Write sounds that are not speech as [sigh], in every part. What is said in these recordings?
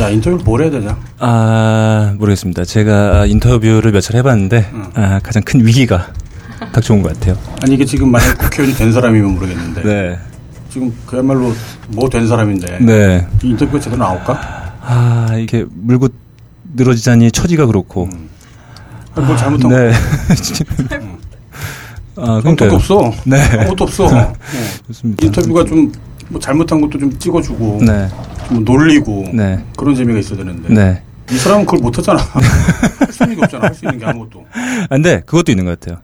야, 인터뷰 뭘 해야 되냐? 아 모르겠습니다. 제가 인터뷰를 몇 차례 해봤는데 음. 아, 가장 큰 위기가 닥쳐온 것 같아요. 아니, 이게 지금 만약 국회의원이 된 사람이면 모르겠는데. 네, 지금 그야말로 뭐 된 사람인데. 네. 이 인터뷰가 제대로 나올까? 아 이게 물고 늘어지자니 처지가 그렇고. 아, 뭘 잘못한 거. 네. [laughs] 진짜. 아 음. 아무것도 그러니까요. 없어. 네. 아무것도 없어. 어. 좋습니다. 인터뷰가 좀 뭐 잘못한 것도 좀 찍어주고. 네, 좀 놀리고. 네, 그런 재미가 있어야 되는데. 네. 이 사람은 그걸 [laughs] 못하잖아. 할 수 있는 게 없잖아. 할 수 있는 게 아무것도. 아, 근데 그것도 있는 것 같아요.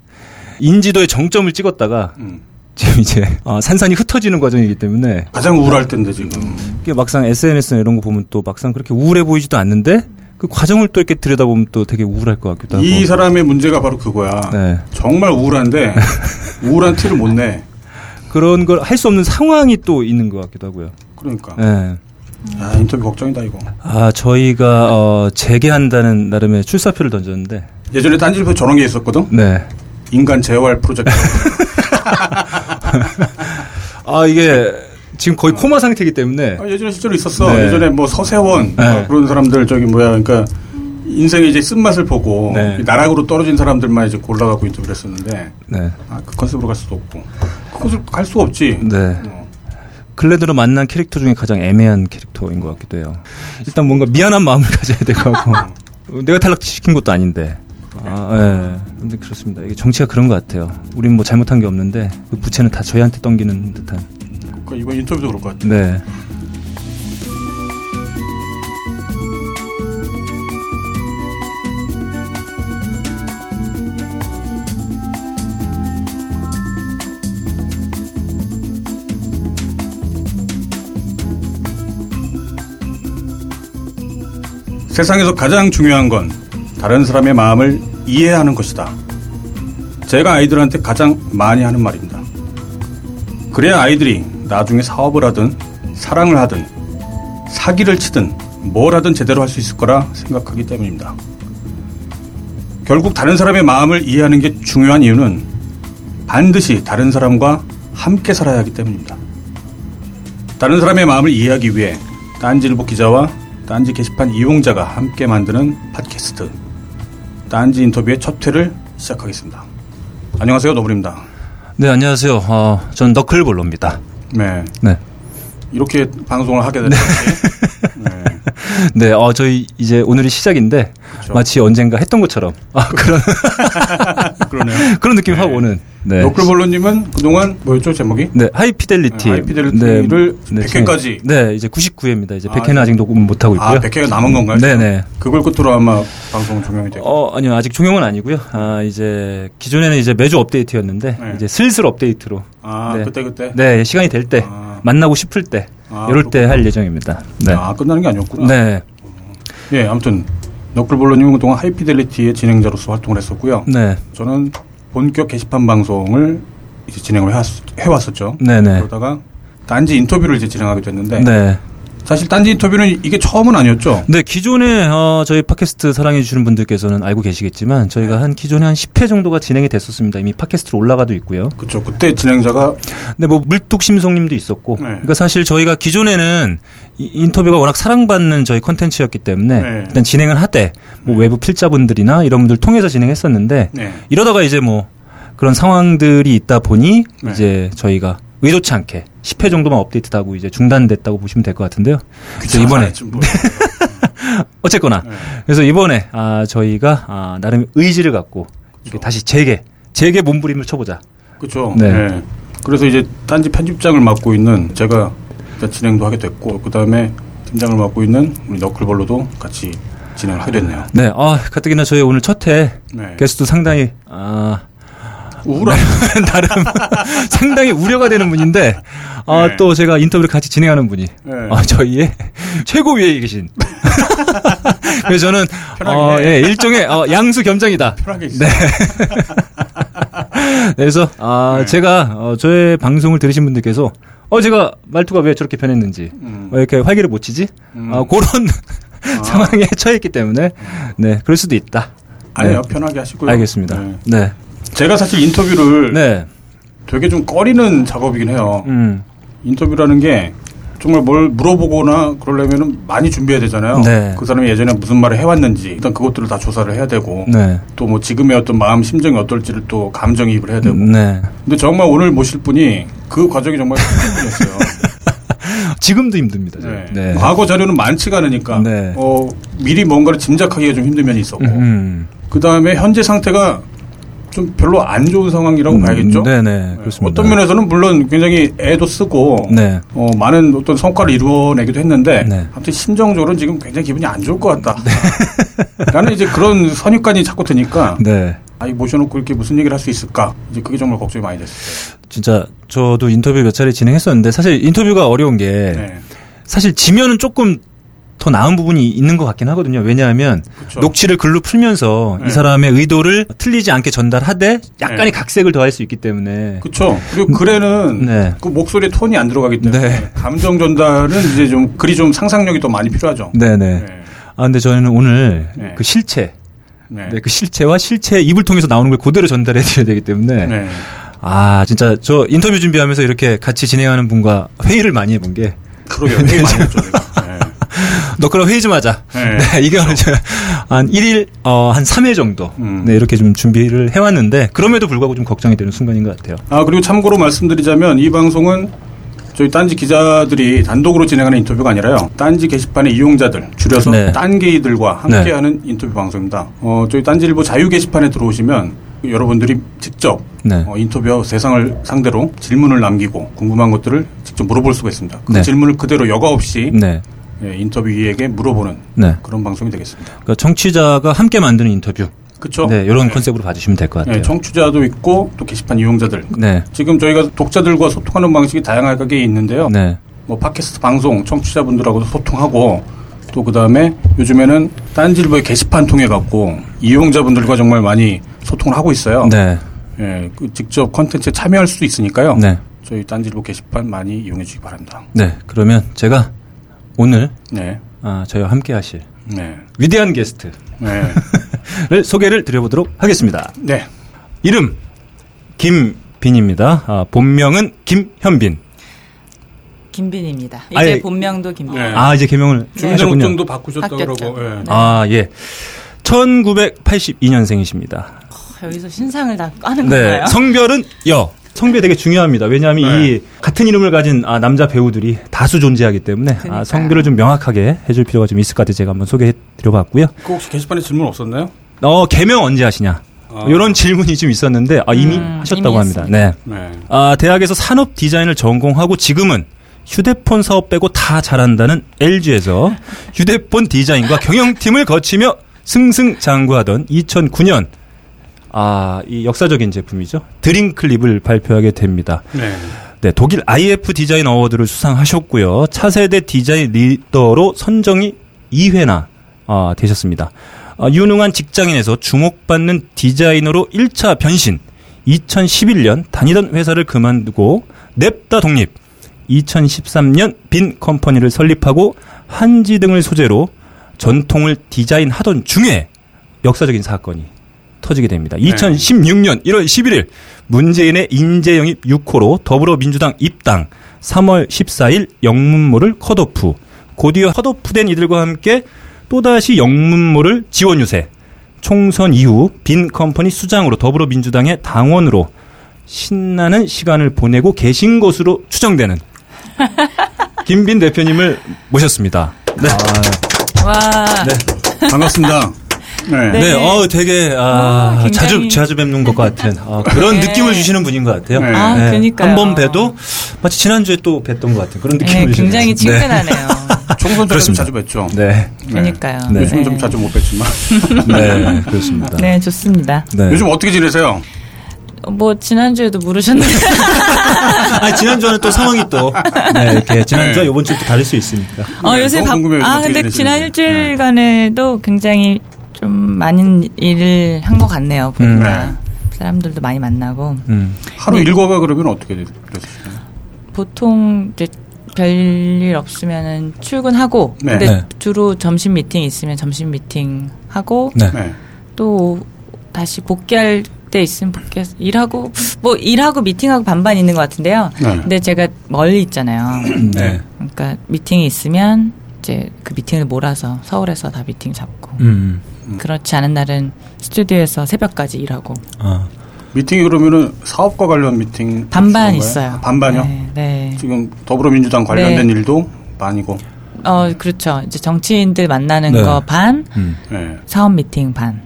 인지도의 정점을 찍었다가 음. 지금 이제 어, 산산이 흩어지는 과정이기 때문에 가장 우울할 때인데, 지금. 이게 막상 SNS나 이런 거 보면 또 막상 그렇게 우울해 보이지도 않는데 그 과정을 또 이렇게 들여다보면 또 되게 우울할 것 같기도 하고. 이 사람의 문제가 바로 그거야. 네. 정말 [laughs] 우울한데 우울한 티를 못 내. 그런 걸 할 수 없는 상황이 또 있는 것 같기도 하고요. 그러니까. 네. 아, 인터뷰 걱정이다 이거. 아, 저희가 어, 재개한다는 나름의 출사표를 던졌는데, 예전에 딴지일보 저런 게 있었거든. 네. 인간 재활 [laughs] 프로젝트. 아, 이게 지금 거의 코마 상태이기 때문에, 아, 예전에 실제로 있었어. 네. 예전에 뭐 서세원 네. 뭐 그런 사람들 저기 뭐야 그러니까 인생의 이제 쓴맛을 보고 네. 이 나락으로 떨어진 사람들만 이제 골라갖고 인터뷰를 했었는데 네. 아, 그 컨셉으로 갈 수도 없고 그 컨셉 갈 수 없지. 네. 어. 글래드로 만난 캐릭터 중에 가장 애매한 캐릭터인 것 같기도 해요. 일단 뭔가 미안한 마음을 [laughs] 가져야 될 것 같고, 어, 내가 탈락시킨 것도 아닌데. 아, 예. 근데 그렇습니다. 이게 정치가 그런 것 같아요. 우린 뭐 잘못한 게 없는데, 그 부채는 다 저희한테 넘기는 듯한. 그러니까 이번 인터뷰도 그럴 것 같아. 네. 세상에서 가장 중요한 건 다른 사람의 마음을 이해하는 것이다. 제가 아이들한테 가장 많이 하는 말입니다. 그래야 아이들이 나중에 사업을 하든 사랑을 하든 사기를 치든 뭘 하든 제대로 할 수 있을 거라 생각하기 때문입니다. 결국 다른 사람의 마음을 이해하는 게 중요한 이유는 반드시 다른 사람과 함께 살아야 하기 때문입니다. 다른 사람의 마음을 이해하기 위해 딴지일보 기자와 딴지 게시판 이용자가 함께 만드는 팟캐스트 딴지 인터뷰의 첫 회를 시작하겠습니다. 안녕하세요 노블입니다. 네, 안녕하세요. 어, 전 너클볼로입니다. 네 네. 이렇게 방송을 하게 됐는데 네. 네, 어, 저희 이제 오늘이 시작인데 그렇죠. 마치 언젠가 했던 것처럼 [laughs] 아, 그런 그러네요. 그런 느낌이 확 오는. 네. 노클볼로님은 그동안 뭐였죠 제목이? 네, 하이피델리티. 네, 하이피델리티를 100회까지. 네, 이제 99회입니다. 이제 아, 100회는 아, 직도 못 하고 있고요. 아 100회가 남은 건가요? 네, 네. 그걸 끝으로 아마 방송 종영이 되고 어, 아니요. 아직 종영은 아니고요. 아, 이제 기존에는 이제 매주 업데이트였는데 네. 이제 슬슬 업데이트로 아 네. 그때 그때 네, 시간이 될 때 아. 만나고 싶을 때 아, 이럴 때 할 예정입니다. 네. 아 끝나는 게 아니었구나. 네. 예 아무튼 너클볼로님은 그동안 하이피델리티의 진행자로서 활동을 했었고요. 네. 저는 본격 게시판 방송을 이제 진행을 해왔- 해왔었죠. 네, 네. 그러다가 딴지 인터뷰를 이제 진행하게 됐는데 네. 사실 딴지 인터뷰는 이게 처음은 아니었죠. 네, 기존에 어, 저희 팟캐스트 사랑해 주시는 분들께서는 알고 계시겠지만 저희가 한 기존에 한 10회 정도가 진행이 됐었습니다. 이미 팟캐스트로 올라가도 있고요. 그렇죠. 그때 진행자가 근데 뭐 물뚝심송님도 있었고, 네. 그러니까 사실 저희가 기존에는 이 인터뷰가 워낙 사랑받는 저희 컨텐츠였기 때문에 네. 일단 진행을 하되 뭐 외부 필자분들이나 이런 분들 통해서 진행했었는데 네. 이러다가 이제 뭐 그런 상황들이 있다 보니 네. 이제 저희가 의도치 않게 10회 정도만 업데이트하고 이제 중단됐다고 보시면 될 것 같은데요. 그래서 이번에 좀 [laughs] 뭐- 네. 어쨌거나 그래서 이번에 아 저희가 아 나름 의지를 갖고 이렇게 다시 재개 재개 몸부림을 쳐보자. 그렇죠. 네. 네. 그래서 이제 딴지 편집장을 맡고 있는 제가 일단 진행도 하게 됐고 그다음에 팀장을 맡고 있는 우리 너클볼로도 같이 진행을 하게 됐네요. 네, 아 가뜩이나 저희 오늘 첫회 네. 게스트 상당히 아 [laughs] 우울한 네. 나름 [laughs] 상당히 우려가 되는 분인데 아, 네. 또 제가 인터뷰를 같이 진행하는 분이 네. 아, 저희의 [laughs] 최고 위에 계신 [laughs] 그래서 저는 편하게 어, 해. 예, 일종의 어, 양수 겸장이다. 편하게 있어. 네. 그래서 아, 네. 제가 어, 저의 방송을 들으신 분들께서 어 제가 말투가 왜 저렇게 변했는지 음. 왜 이렇게 활기를 못 치지? 음. 아. 아, 그런 [laughs] 상황에 처해 있기 때문에 네 그럴 수도 있다. 네. 아니요 편하게 하시고요. 알겠습니다. 네. 네. 제가 사실 인터뷰를 네. 되게 좀 꺼리는 작업이긴 해요. 음. 인터뷰라는 게 정말 뭘 물어보거나 그러려면 많이 준비해야 되잖아요. 네. 그 사람이 예전에 무슨 말을 해왔는지 일단 그것들을 다 조사를 해야 되고 네. 또 뭐 지금의 어떤 마음 심정이 어떨지를 또 감정이입을 해야 되고 네. [laughs] 근데 정말 오늘 모실 분이 그 과정이 정말 [laughs] 힘들었어요. 지금도 힘듭니다. 네. 저는. 네. 과거 자료는 많지가 않으니까 네. 어, 미리 뭔가를 짐작하기가 좀 힘든 면이 있었고 음, 그 다음에 현재 상태가 좀 별로 안 좋은 상황이라고 음. 봐야겠죠. 네, 네. 네. 그렇습니다. 어떤 면에서는 물론 굉장히 애도 쓰고 네. 어, 많은 어떤 성과를 이루어내기도 했는데 네. 아무튼 심정적으로는 지금 굉장히 기분이 안 좋을 것 같다. [laughs] 나는 이제 그런 선입관이 자꾸 드니까 네. 아이 모셔놓고 이렇게 무슨 얘기를 할 수 있을까 이제 그게 정말 걱정이 많이 됐어요. 진짜 저도 인터뷰 몇 차례 진행했었는데 사실 인터뷰가 어려운 게 네. 사실 지면은 조금 더 나은 부분이 있는 것 같긴 하거든요. 왜냐하면 그쵸. 녹취를 글로 풀면서 네. 이 사람의 의도를 틀리지 않게 전달하되 약간의 네. 각색을 더할 수 있기 때문에 그렇죠. 그리고 글에는 네. 그 목소리 톤이 안 들어가기 때문에 네. 감정 전달은 이제 좀 글이 좀 상상력이 더 많이 필요하죠. 네네. 네. 아 근데 저희는 오늘 네. 그 실체, 네. 네, 그 실체와 실체 입을 통해서 나오는 걸 그대로 전달해드려야 되기 때문에 네. 아 진짜 저 인터뷰 준비하면서 이렇게 같이 진행하는 분과 회의를 많이 해본 게 그러게요. 되게 [laughs] 많이 했죠. 제가. 네. 너 그럼 회의 좀 하자. 네. 네, [laughs] 이게 제가 한 1일, 어, 한 3회 정도. 음. 네, 이렇게 좀 준비를 해왔는데, 그럼에도 불구하고 좀 걱정이 되는 순간인 것 같아요. 아 그리고 참고로 말씀드리자면 이 방송은 저희 딴지 기자들이 단독으로 진행하는 인터뷰가 아니라요. 딴지 게시판의 이용자들 줄여서 네. 딴게이들과 네. 함께하는 인터뷰 방송입니다. 어, 저희 딴지일보 자유 게시판에 들어오시면 여러분들이 직접 네. 어, 인터뷰와 세상을 상대로 질문을 남기고 궁금한 것들을 직접 물어볼 수가 있습니다. 그 네. 질문을 그대로 여과 없이 네. 예, 인터뷰이에게 물어보는 네. 그런 방송이 되겠습니다. 그러니까 청취자가 함께 만드는 인터뷰. 그렇죠? 네, 이런 컨셉으로 봐주시면 될 네, 것 같아요. 예, 청취자도 있고 또 게시판 이용자들 네. 지금 저희가 독자들과 소통하는 방식이 다양하게 있는데요. 네. 뭐 팟캐스트 방송 청취자분들하고도 소통하고 또 그다음에 요즘에는 딴지일보의 게시판 통해 갖고 이용자분들과 정말 많이 소통을 하고 있어요. 네. 예, 그 직접 콘텐츠에 참여할 수도 있으니까요. 네. 저희 딴지일보 게시판 많이 이용해 주시기 바랍니다. 네. 그러면 제가 오늘, 네. 아, 저희와 함께 하실 네. 위대한 게스트를 [laughs] 네. 소개를 드려보도록 하겠습니다. 네. 이름, 김빈입니다. 아, 본명은 김현빈. 김빈입니다. 이제 아니, 본명도 김빈. 네. 아, 이제 개명을 하셨군요. 중장정도 바꾸셨다 바뀌었죠. 네. 그러고. 예. 아, 예. 1982년생이십니다. 어, 여기서 신상을 다 까는 네. 건가요? 성별은 여. 성별이 되게 중요합니다. 왜냐하면 네. 이 같은 이름을 가진 아, 남자 배우들이 다수 존재하기 때문에 아, 그러니까요. 성별을 좀 명확하게 해줄 필요가 좀 있을 것 같아서 제가 한번 소개해 드려봤고요. 그 혹시 게시판에 질문 없었나요? 어, 개명 언제 하시냐? 아. 이런 질문이 좀 있었는데 아, 이미 음, 하셨다고 이미 합니다. 했습니다. 네. 네. 아, 대학에서 산업 디자인을 전공하고 지금은 휴대폰 사업 빼고 다 잘한다는 LG에서 휴대폰 디자인과 경영팀을 거치며 승승장구하던 2009년 아, 이 역사적인 제품이죠. 드림클립을 발표하게 됩니다. 네. 네, 독일 IF 디자인 어워드를 수상하셨고요. 차세대 디자인 리더로 선정이 2회나 아, 되셨습니다. 아, 유능한 직장인에서 주목받는 디자이너로 1차 변신. 2011년 다니던 회사를 그만두고 냅다 독립. 2013년 빈 컴퍼니를 설립하고 한지 등을 소재로 전통을 디자인하던 중에 역사적인 사건이 터지게 됩니다. 2016년 1월 11일 문재인의 인재 영입 6호로 더불어민주당 입당 3월 14일 영문모를 컷오프 곧이어 컷오프된 이들과 함께 또다시 영문모를 지원 유세 총선 이후 빈 컴퍼니 수장으로 더불어민주당의 당원으로 신나는 시간을 보내고 계신 것으로 추정되는 김빈 대표님을 모셨습니다. 네. 와. 네. 반갑습니다. 네. 네, 네. 어 되게 아, 아, 굉장히- 자주 자주 뵙는 것 같은 아, 그런 네. 느낌을 주시는 분인 것 같아요. 네. 아, 그러니까요. 한번 봬도 마치 지난 주에 또 뵀던 것 같은 그런 네, 느낌을 주시는. 굉장히 것 [laughs] 같아요. 친근하네요. 총선 때좀 그렇습니다. 자주 뵙죠. 네, 그러니까요. 네. 요즘 좀 자주 못 뵙지만. 네, 네, 그렇습니다. 네, 좋습니다. 네. [laughs] 요즘 어떻게 지내세요? 어, 뭐 지난주에도 물으셨는데 네. 아 지난 주와는 또 상황이 또 네, 이렇게 지난 주와 이번 주또 다를 수 있으니까. [laughs] 어, 네, 요새 너무 바... 궁금해요. 아, 어떻게 근데 지내시는지. 네. 지난 일주일간에도 굉장히 좀 많은 일을 한 것 같네요. 음. 보니까 사람들도 많이 만나고 음, 네. 하루 일과가 그러면 어떻게 되세요? 보통 이제 별일 없으면은 출근하고 네. 근데 네. 주로 점심 미팅 있으면 점심 미팅 하고 네. 네. 또 다시 복귀할 때 있으면 복귀 해서 일하고 뭐 일하고 미팅하고 반반 있는 것 같은데요. 네. 근데 제가 멀리 있잖아요. [clears throat] 네. 그러니까 미팅이 있으면 이제 그 미팅을 몰아서 서울에서 다 미팅 잡고 음. 그렇지 않은 날은 스튜디오에서 새벽까지 일하고 아. 미팅이 그러면은 사업과 관련 미팅 반반 주는 거예요? 있어요. 아, 반반요? 네. 네. 지금 더불어민주당 관련된 네. 일도 반이고. 어 그렇죠. 이제 정치인들 만나는 네. 거 반, 음. 예. 사업 미팅 반.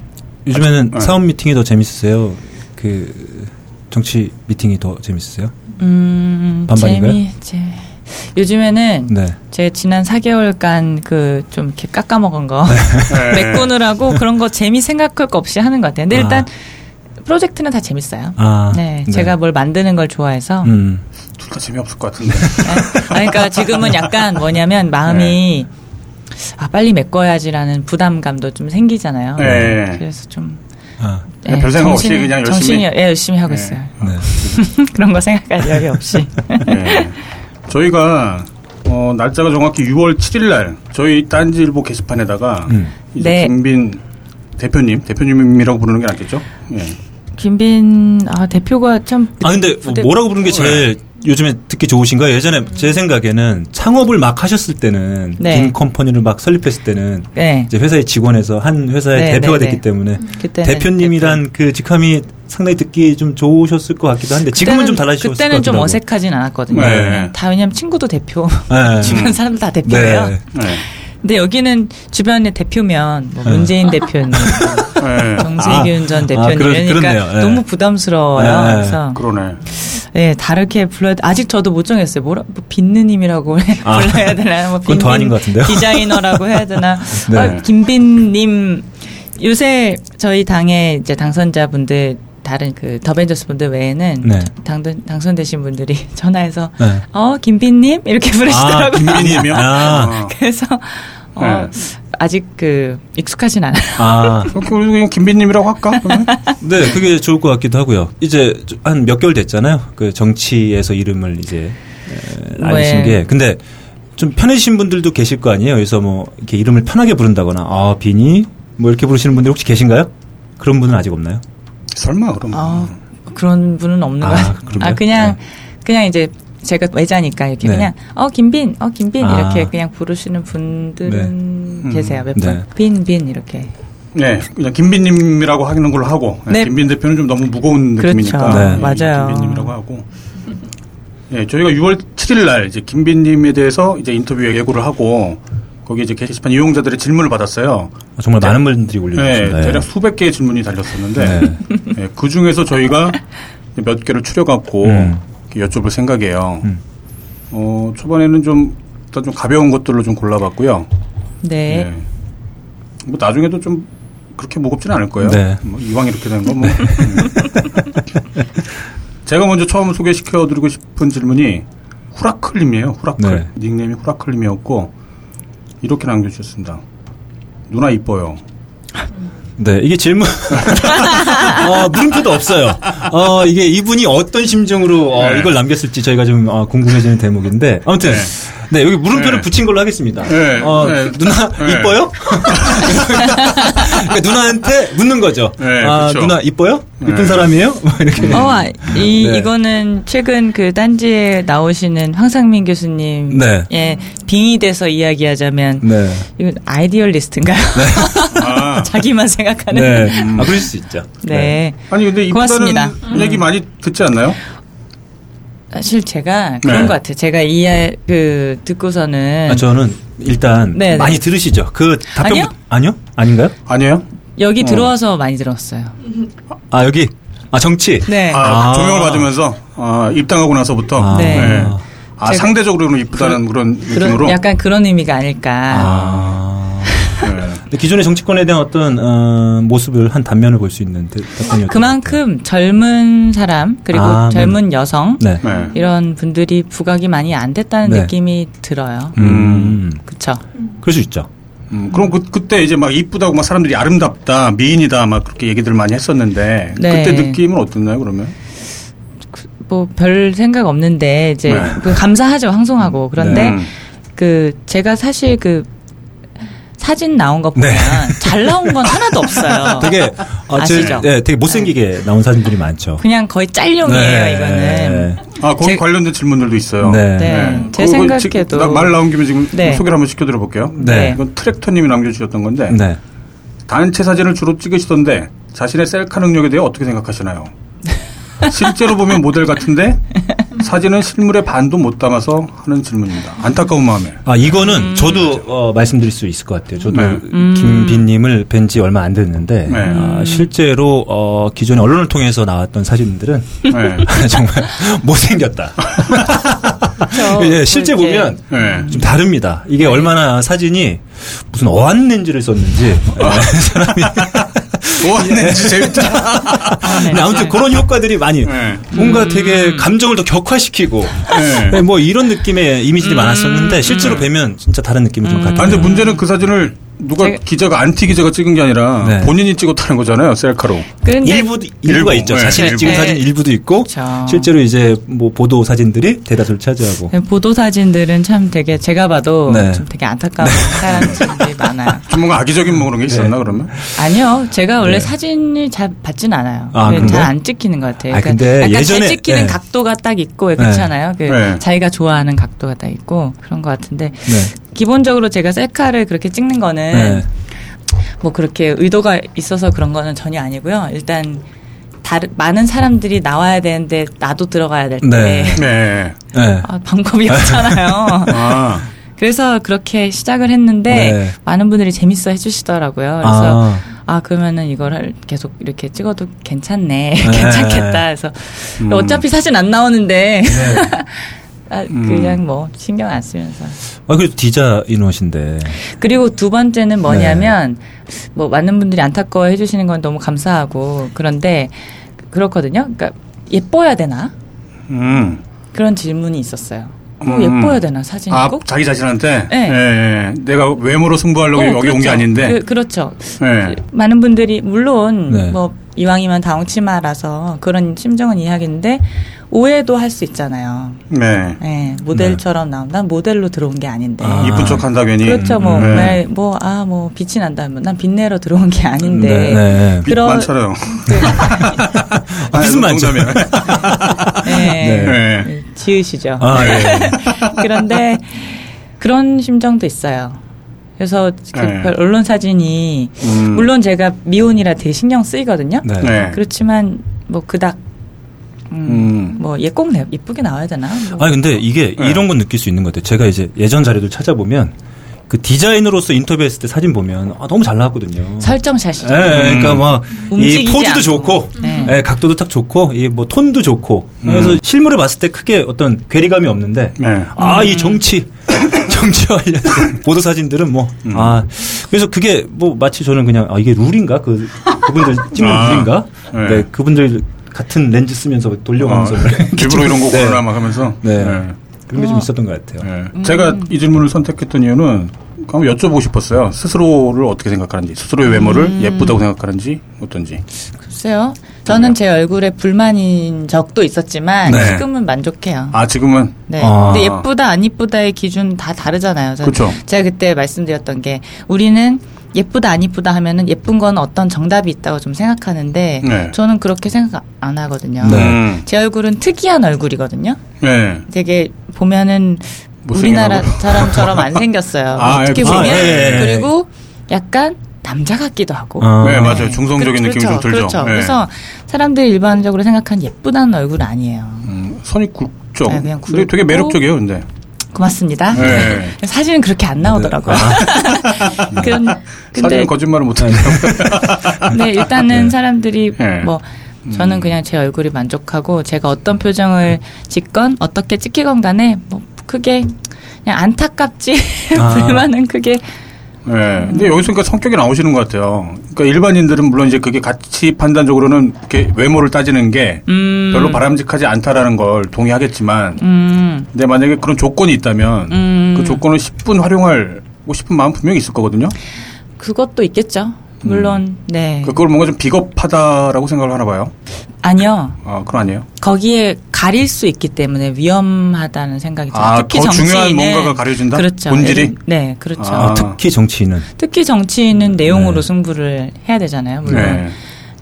요즘에는 네. 사업 미팅이 더 재밌으세요? 그 정치 미팅이 더 재밌으세요? 음 반반인가요? 재미 재. 요즘에는 네. 제 지난 4개월간 그 좀 이렇게 깎아 먹은 거 네. [laughs] 메꾸느라고 그런 거 재미 생각할 거 없이 하는 것 같아요. 근데 아. 일단 프로젝트는 다 재밌어요. 아. 네, 제가 뭘 만드는 걸 좋아해서. 음. 둘다 재미없을 것 [laughs] 같은데. 아, 그러니까 지금은 약간 뭐냐면 마음이 네. 아 빨리 메꿔야지라는 부담감도 좀 생기잖아요. 네. 그래서 좀 네, 아. 그냥 별 생각 없이 그냥 열심히? 정신이 예, 열심히 하고 네. 있어요. [laughs] 네. 그런 거 생각할 여유 [laughs] 없이. 예. 저희가 어, 날짜가 정확히 6월 7일 날 저희 딴지일보 게시판에다가 음. 이제 네. 김빈 대표님, 대표님이라고 부르는 게 낫겠죠? 예. 김빈 아 대표가 참 아 근데 부대- 뭐라고 부르는 게 제일 요즘에 듣기 좋으신가요? 예전에 제 생각에는 창업을 막 하셨을 때는 네. 긴 컴퍼니를 막 설립했을 때는 네. 이제 회사의 직원에서 한 회사의 네, 대표가 네, 됐기 네. 때문에 그때는 대표님이란 그 직함이 상당히 듣기 좀 좋으셨을 것 같기도 한데 지금은 좀 그때는- 달라지셨을 것 같아요. 그때는 좀 어색하진 않았거든요. 네. 다 왜냐면 친구도 대표. 네. 주변 사람들 다 대표예요. 네. 예. 근데 여기는 주변에 대표면 뭐 문재인 대표님, 예. 정세균 전 네. 아, 대표님 그러- 이러니까 그렇네요. 예. 너무 부담스러워요. 예. 그래서 그러네. 예, 다르게 불러야 아직 저도 못 정했어요. 뭐라 뭐 빈느님이라고 [laughs] 아. 불러야 되나? 뭐 그건 더 빈빈 아닌 것 같은데요? 디자이너라고 해야 [laughs] 되나? 네. 아, 김빈님 요새 저희 당에 이제 당선자분들 다른 그 더벤져스 분들 외에는 네. 당, 당선되신 분들이 [laughs] 전화해서 네. 어 김빈님 이렇게 아, 부르시더라고요. 김민희님이요? [laughs] 아, 어. 그래서 어, 네. 아직 그 익숙하진 않아요. 어. 아. 그럼 그냥 김빈님이라고 할까? [laughs] 그러면? 네, 그게 좋을 것 같기도 하고요. 이제 한 몇 개월 됐잖아요. 그 정치에서 이름을 이제 에, 알리신 네. 게. 근데 좀 편해지신 분들도 계실 거 아니에요. 그래서 뭐 이렇게 이름을 편하게 부른다거나 아 비니 뭐 이렇게 부르시는 분들 혹시 계신가요? 그런 분은 아직 없나요? 설마 그럼. 어, 그런 분은 없는 음. 아, 것 같아요. 그런가요? 아, 그냥, 그냥 이제 제가 외자니까 이렇게 네. 그냥, 어, 김빈, 어, 김빈 아. 이렇게 그냥 부르시는 분들은 네. 계세요. 몇 음, 분. 네. 빈, 빈 이렇게. 네, 그냥 김빈님이라고 하는 걸로 하고 예, 네. 김빈 대표는 좀 너무 무거운 그렇죠. 느낌이니까 네. 예, 맞아요. 김빈님이라고 하고 예, 저희가 6월 7일 날 이제 김빈님에 대해서 이제 인터뷰 예고를 하고 거기 이제 게시판 이용자들의 질문을 받았어요. 어, 정말 많은 네, 분들이 올려주셨습니다. 예. 대략 수백 개의 질문이 달렸었는데 네. 그 중에서 저희가 몇 개를 추려갖고 음. 이렇게 여쭤볼 생각이에요. 음. 어, 초반에는 좀 일단 좀 가벼운 것들로 좀 골라봤고요. 네. 네. 뭐 나중에도 좀 그렇게 무겁지는 않을 거예요. 네. 뭐 이왕 이렇게 된 건 뭐. 네. 음. 제가 먼저 처음 소개시켜드리고 싶은 질문이 후라클님이에요. 후라클 네. 닉네임이 후라클님이었고 이렇게 남겨주셨습니다. 누나 이뻐요. 네, 이게 질문. [laughs] 어, 물음표도 없어요. 어, 이게 이분이 어떤 심정으로 어, 네. 이걸 남겼을지 저희가 좀 어, 궁금해지는 대목인데. 아무튼. 네. 네. 여기 물음표를 네. 붙인 걸로 하겠습니다. 네. 어, 네. 누나, 네. 이뻐요? [laughs] 그러니까 누나한테 묻는 거죠. 네, 아, 그렇죠. 누나, 이뻐요? 이쁜 네. 사람이에요? 뭐 이렇게. 어, 아, 이, 네. 이거는 최근 그 딴지에 나오시는 황상민 교수님. 네. 예, 빙이 돼서 이야기하자면. 네. 이건 아이디얼리스트인가요? 아. [laughs] 자기만 생각하는. 네. 아, 그럴 수 있죠. 네. 아니 근데 이쁘다는 네, 고맙습니다. 음. 얘기 많이 듣지 않나요? 사실 제가 그런 네. 것 같아요. 제가 이해 그 듣고서는 아, 저는 일단 네, 네. 많이 들으시죠. 그 답변. 아니요? 아니요? 아닌가요? 아니에요? 여기 들어와서 많이 들었어요. 아, 여기. 아, 정치. 네. 아, 아. 조명을 받으면서 아, 입당하고 나서부터 아. 네. 아, 제가- 상대적으로는 이쁘다는 그, 런 느낌으로 그런 약간 그런 의미가 아닐까. 아. 네. 근데 기존의 정치권에 대한 어떤 어, 모습을 한 단면을 볼 수 있는 답변이었죠. 그만큼 젊은 사람 그리고 아, 젊은 여성 네. 네. 이런 분들이 부각이 많이 안 됐다는 네. 느낌이 들어요. 음. 그렇죠. 그럴 수 있죠. 음, 그럼 그, 그때 이제 막 이쁘다고 막 사람들이 아름답다, 미인이다 막 그렇게 얘기들 많이 했었는데 네. 그때 느낌은 어땠나요 그러면? 뭐 별 생각 없는데 이제 네. 그 감사하죠 황송하고 그런데 음. 그 제가 사실 그 사진 나온 거 보면 네. 잘 나온 건 하나도 없어요. [laughs] 되게 제- 아시죠? 네. 네, 되게 못생기게 나온 사진들이 많죠. 그냥 거의 짤용이에요 네. 이거는. 아, 거기 제- 관련된 질문들도 있어요. 네. 네. 제 그거 생각해도- 지금 나- 말 나온 김에 지금 네. 소개를 한번 시켜드려 볼게요. 네. 이건 트랙터님이 남겨주셨던 건데 네. 단체 사진을 주로 찍으시던데 자신의 셀카 능력에 대해 어떻게 [laughs] 생각하시나요? 실제로 보면 모델 같은데 사진은 실물의 반도 못 담아서 하는 질문입니다. 안타까운 마음에. 아 이거는 저도 어, 말씀드릴 수 있을 것 같아요. 저도 네. 김빈님을 뵌 지 얼마 안 됐는데 네. 음. 아, 실제로 어, 기존의 언론을 통해서 나왔던 사진들은 [laughs] 네. 정말 [laughs] 못생겼다. 그렇죠. 예, 실제 이렇게 보면 네. 좀 다릅니다. 이게 얼마나 사진이 무슨 어안렌즈를 썼는지 예, 사람이 예. 좋았는지 [laughs] 재밌다. 다음에 네. 근데 아무튼 그런 효과들이 많이 네. 뭔가 되게 감정을 더 격화시키고 네. 네, 뭐 이런 느낌의 이미지들이 많았었는데 실제로 뵈면 진짜 다른 느낌이 좀 아, 근데 같아요. 문제는 그 사진을 누가 음. 제가- 기자가 안티 기자가 찍은 게 아니라 네. 본인이 찍었다는 거잖아요 셀카로. 그런데 일부 일부가 일부, 있죠. 네, 자신이 일부. 찍은 사진 일부도 있고 그렇죠. 실제로 이제 뭐 보도 사진들이 대다수를 차지하고 보도 사진들은 참 되게 제가 봐도 네. 좀 되게 안타까운 사람들이 많아요. 좀 뭔가 악의적인 뭐 그런 게 있었나 네. 그러면? 아니요, 제가 원래 사진을 잘 받진 않아요. 아, 그래요? 잘 안 찍히는 것 같아요. 그러니까 아, 근데 약간 예전에- 잘 찍히는 네. 각도가 딱 있고 그렇잖아요. 그 네. 자기가 좋아하는 각도가 딱 있고 그런 것 같은데 네. 기본적으로 제가 셀카를 그렇게 찍는 거는 네. 뭐 그렇게 의도가 있어서 그런 거는 전혀 아니고요. 일단 다른 많은 사람들이 나와야 되는데 나도 들어가야 될 때 네. 네. 네. 아, 방법이 [laughs] 없잖아요. 아, 그래서 그렇게 시작을 했는데 네. 많은 분들이 재밌어 해주시더라고요. 그래서 아. 아 그러면은 이걸 할- 계속 이렇게 찍어도 [laughs] 네. 괜찮네 괜찮겠다 해서 음. 어차피 사진 안 나오는데 네. [laughs] 아, 음. 그냥 뭐 신경 안 쓰면서 아, 그래도 디자이너신데. 그리고 두 번째는 뭐냐면 네. 뭐 많은 분들이 안타까워 해주시는 건 너무 감사하고 그런데 그렇거든요 그러니까 예뻐야 되나 음. 그런 질문이 있었어요 어, 음. 예뻐야 되나 사진 아, 있고 자기 자신한테 네. 예, 예. 내가 외모로 승부하려고 어, 여기 온 게 그렇죠. 아닌데. 그, 그렇죠 예. 많은 분들이 물론 네. 뭐 이왕이면 다홍치마라서 그런 심정은 이해하겠는데 오해도 할 수 있잖아요. 네. 예, 모델처럼 나온 난 모델로 들어온 게 아닌데. 아. 이쁜 척 한다 괜히. 그렇죠. 뭐, 네. 말- 뭐, 아, 뭐, 빛이 난다 하면 난 빛내러 들어온 게 아닌데. 네, 네. 빛 그런- 많잖아요. 아, [laughs] 아니, 무슨 말이죠? 농담이에요. 예, 네. 예, 네. 지으시죠. 아, 예. [laughs] 그런데 그런 심정도 있어요. 그래서 그 네. 별 언론 사진이 음. 물론 제가 미혼이라 되게 신경 쓰이거든요. 네. 네. 그렇죠. 그렇지만 뭐 그닥 음. 뭐얘꼭 예쁘게 나와야 되나? 뭐. 아니, 근데 이게 네. 이런 건 느낄 수 있는 것 같아요. 제가 이제 예전 자료들 찾아보면 그 디자이너로서 인터뷰했을 때 사진 보면 아, 너무 잘 나왔거든요. 설정샷이죠. 예, 예, 그러니까 음. 막 이 움직이지 포즈도 않고. 좋고, 네. 예, 각도도 딱 좋고, 이 뭐 톤도 좋고. 그래서 실물을 봤을 때 크게 어떤 괴리감이 없는데, 음. 네. 아 음. 이 정치, [laughs] 정치와 관련된 보도 사진들은 뭐, 음. 아 그래서 그게 뭐 마치 저는 그냥 아 이게 룰인가 그 그분들 찍는 아, 룰인가, 네. 네. 그분들 같은 렌즈 쓰면서 돌려가면서 어, 이렇게 일부러 이런 거 찍- 네. 고르나 막 하면서. 네. 예. 그런 게 어. 좀 있었던 것 같아요. 예. 음. 제가 이 질문을 선택했던 이유는 한번 여쭤보고 싶었어요. 스스로를 어떻게 생각하는지, 스스로의 외모를 음. 예쁘다고 생각하는지 어떤지. 글쎄요. 저는 제 얼굴에 불만인 적도 있었지만 네. 지금은 만족해요. 아 지금은 네. 아. 근데 예쁘다 안 예쁘다의 기준 다 다르잖아요. 저는 그쵸. 제가 그때 말씀드렸던 게 우리는 예쁘다 안 예쁘다 하면은 예쁜 건 어떤 정답이 있다고 좀 생각하는데 네. 저는 그렇게 생각 안 하거든요. 네. 음. 제 얼굴은 특이한 얼굴이거든요. 예. 되게 보면은 못생긴 우리나라 얼굴. [laughs] 사람처럼 안 생겼어요. 아, 어떻게 예, 보면 아, 예, 예. 그리고 약간 남자 같기도 하고. 아. 네 맞아요. 중성적인 느낌이 좀 들죠. 그렇죠. 예. 그래서 사람들이 일반적으로 생각한 예쁘다는 얼굴은 아니에요. 음, 선이 굵죠. 네, 그냥 근데 되게 굵고. 매력적이에요, 근데. 고맙습니다. 네. [laughs] 사진은 그렇게 안 나오더라고요. [laughs] 그런 근데 아. 사진은 거짓말을 못하죠. 네, 일단은 사람들이 네. 뭐 저는 그냥 제 얼굴이 만족하고 제가 어떤 표정을 짓건 어떻게 찍히건 간에 뭐 크게 그냥 안타깝지 [laughs] 아. 불만은 크게 [laughs] 네. 예. 근데 여기서 그러니까 성격이 나오시는 것 같아요. 그러니까 일반인들은 물론 이제 그게 가치 판단적으로는 이렇게 외모를 따지는 게 음, 별로 바람직하지 않다라는 걸 동의하겠지만, 음, 근데 만약에 그런 조건이 있다면 음. 그 조건을 10분 활용하고 싶은 마음 분명히 있을 거거든요. 그것도 있겠죠. 물론 네 음. 그걸 뭔가 좀 비겁하다라고 생각을 하나 봐요. 아니요 아, 그건 아니에요. 거기에 가릴 수 있기 때문에 위험하다는 생각이 들어요. 아, 특히 더 정치인은 중요한 뭔가가 가려진다? 그렇죠. 본질이? 네, 그렇죠. 아. 아, 특히 정치인은 특히 정치인은 내용으로 네. 승부를 해야 되잖아요. 물론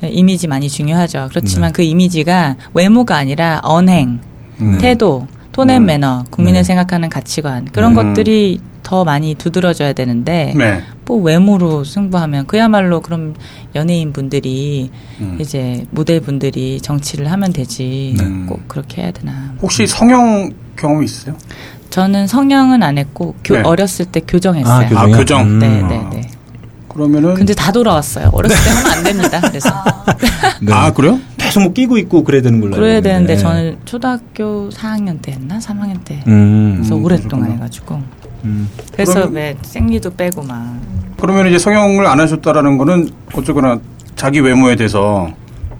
네. 이미지 많이 중요하죠. 그렇지만 그 이미지가 외모가 아니라 언행, 음. 태도, 톤앤 음. 매너, 국민을 네. 생각하는 가치관 그런 음. 것들이 더 많이 두드러져야 되는데 네. 뭐 외모로 승부하면 그야말로 그럼 연예인 분들이 음. 이제 모델 분들이 정치를 하면 되지 네. 꼭 그렇게 해야 되나? 혹시 성형 경험 이 있으세요? 저는 성형은 안 했고 교- 네. 어렸을 때 아, 교정했어요. 교정. 아 교정이요? 교정. 음. 네, 네, 네. 그러면은 근데 다 돌아왔어요. 어렸을 때 하면 안 됩니다. 그래서 네. 아 그래요? 계속 뭐 끼고 있고 그래야 되는 걸로. 알고 [laughs] 그래야 있는데. 되는데 저는 초등학교 4학년 때 했나 3학년 때 음. 그래서 음, 오랫동안 그러셨구나. 해가지고 음. 그래서 그러면- 왜 생리도 빼고 막 그러면 이제 성형을 안 하셨다라는 거는 어쨌거나 자기 외모에 대해서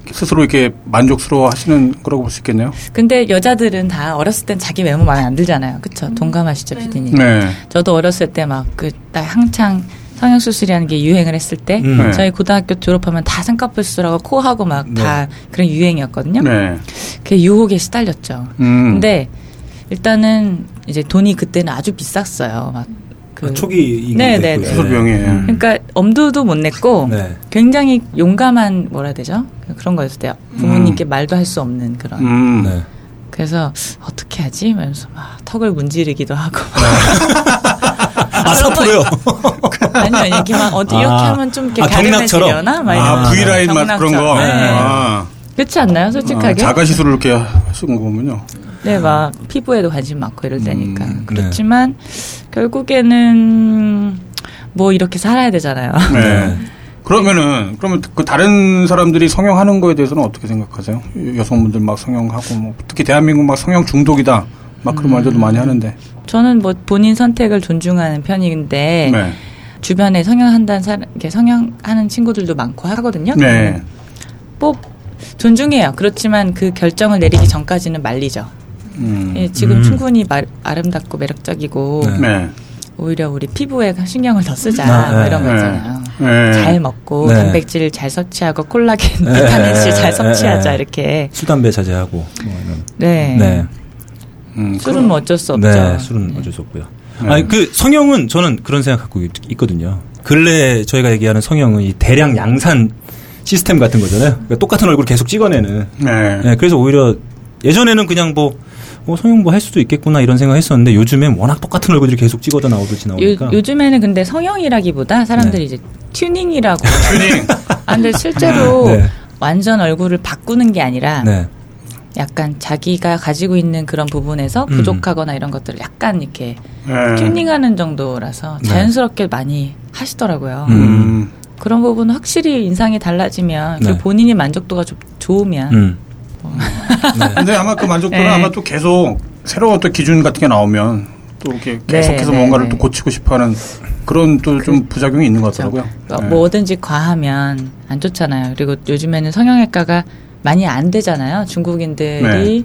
스스로 이렇게 만족스러워하시는 거라고 볼 수 있겠네요. 근데 여자들은 다 어렸을 땐 자기 외모 마음에 안 들잖아요. 그쵸? 동감하시죠, 네. 피디님? 네. 저도 어렸을 때 막 그, 딱 한창 성형수술이라는 게 유행을 했을 때 음. 네. 저희 고등학교 졸업하면 다 쌍꺼풀 수술하고 코하고 막 다 그런 유행이었거든요. 네. 네. 그게 유혹에 시달렸죠. 음. 근데 일단은 이제 돈이 그때는 아주 비쌌어요. 막 그. 아, 초기 음. 네, 네, 네. 수술 비용이. 그러니까 엄두도 못 냈고 네. 굉장히 용감한 뭐라 해야 되죠? 그런 거였어요. 부모님께 말도 할 수 없는 그런. 음. 네. 그래서 어떻게 하지? 이러면서 막 턱을 문지르기도 하고 네. 아 [laughs] 사포로요. 아니요 아니, 이렇게 막 어디 이렇게 아. 하면 좀 이렇게 아, 경락처럼. 가려내시려나? 막 아, 이러면서. V 라인 맛 그런 거. 경락처럼. 네. 아. 어, 그렇지 않나요? 솔직하게 자가 시술을 이렇게 하신 거 보면요. 네, 막 피부에도 관심 많고 이럴 때니까 아. 음, 그렇지만 결국에는 뭐 이렇게 살아야 되잖아요. 네. 네. 그러면은 그러면 그 다른 사람들이 성형하는 거에 대해서는 어떻게 생각하세요? 여- 여성분들 막 성형하고 뭐 특히 대한민국 막 성형 중독이다 막 음. 그런 말들도 많이 하는데. [laughs] 저는 뭐 본인 선택을 존중하는 편인데 네. 주변에 성형한다는 사람, 이렇게 성형하는 친구들도 많고 하거든요. 네. 꼭 존중해요. 그렇지만 그 결정을 내리기 전까지는 말리죠. 음. 예, 지금 음. 충분히 말- 아름답고 매력적이고 네. 네. 오히려 우리 피부에 신경을 더 쓰자 아, 뭐 네, 이런 거 네. 있잖아요. 네. 잘 먹고 네. 단백질 잘 섭취하고 콜라겐, 네, 비타민 C 네, 잘 네, 섭취하자 네. 이렇게. 술 담배 자제하고. 뭐 이런. 네. 네. 음, 술은 뭐 어쩔 수 없죠. 네, 술은 어쩔 수 없고요. 네. 아니 그 성형은 저는 그런 생각 갖고 있- 있거든요. 근래 저희가 얘기하는 성형은 이 대량 양산 시스템 같은 거잖아요. 그러니까 똑같은 얼굴 계속 찍어내는. 네. 네, 그래서 오히려 예전에는 그냥 뭐 어, 성형 뭐 할 수도 있겠구나 이런 생각 했었는데 요즘엔 워낙 똑같은 얼굴들이 계속 찍어다 나오듯이 나오니까. 네. 요, 즘에는 근데 성형이라기보다 사람들이 이제 튜닝이라고. 튜닝. 아, 근데 실제로 [laughs] 네. 완전 얼굴을 바꾸는 게 아니라 네. 약간 자기가 가지고 있는 그런 부분에서 음. 부족하거나 이런 것들을 약간 이렇게 네. 튜닝하는 정도라서 자연스럽게 많이 하시더라고요. 네. 음. 음. 그런 부분은 확실히 인상이 달라지면 네. 그 본인이 만족도가 좋, 좋으면 음. 근데 아마 그 만족도는 네. 아마 또 계속 새로운 또 기준 같은 게 나오면 또 이렇게 계속해서 네, 뭔가를 네. 또 고치고 싶어하는 그런 또 좀 부작용이 있는 것 같더라고요. 네. 그러니까 뭐든지 과하면 안 좋잖아요. 그리고 요즘에는 성형외과가 많이 안 되잖아요. 네. 중국인들이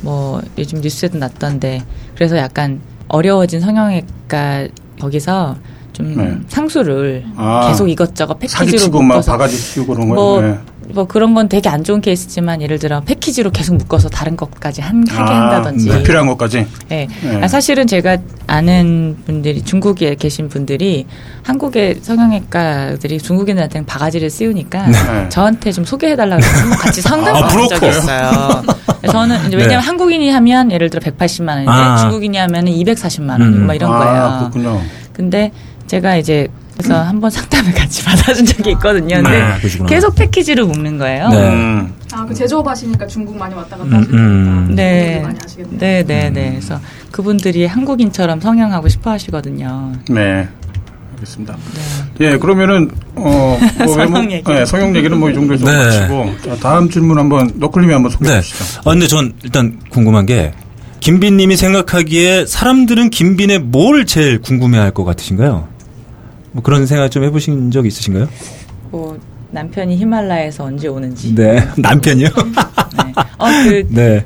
뭐 요즘 뉴스에도 났던데 그래서 약간 어려워진 성형외과 거기서 좀 네. 상수를 아, 계속 이것저것 패키지로 사기치고 막 묶어서 바가지 씌우고 그런 거예요. 뭐, 네. 뭐 그런 건 되게 안 좋은 케이스지만 예를 들어 패키지로 계속 묶어서 다른 것까지 한, 하게 한다든지. 아, 불필요한 것까지. 예. 네. 아, 사실은 제가 아는 분들이 중국에 계신 분들이 한국의 성형외과들이 중국인들한테는 바가지를 씌우니까 네. 저한테 좀 소개해달라고 해서 한번 [laughs] 같이 상담을 아, 받은 적이 브로커요? 있어요. 저는 이제 네. 왜냐하면 한국인이 하면 예를 들어 180만 원인데 아. 중국인이 하면 은 240만 원 음. 뭐 이런 아, 거예요. 그렇군요. 근데 제가 이제 그래서 한번 [laughs] 상담을 같이 받아준 적이 있거든요. 근데 아, 그러시구나. 계속 패키지로 묶는 거예요. 네. 음. 아, 그 제조업 하시니까 중국 많이 왔다 갔다 음, 하시니까 음. 네. 많이 하시겠네요. 네, 네, 네. 그래서 그분들이 한국인처럼 성형하고 싶어 하시거든요. 네. 알겠습니다. 예, 그러면은 [laughs] 어, 뭐 네. 성형 외모- 얘기. 네, 성형 얘기는 뭐 이 정도에서 네. 마치고 자, 다음 질문 한번 너클님이 한번 소개해 네. 주시죠. 아, 근데 전 일단 궁금한 게 김빈님이 생각하기에 사람들은 김빈의 뭘 제일 궁금해할 것 같으신가요? 뭐 그런 생각 좀 해보신 적 있으신가요? 뭐 남편이 히말라야에서 언제 오는지. 네. [laughs] 남편이요? 네. 어, 그 네.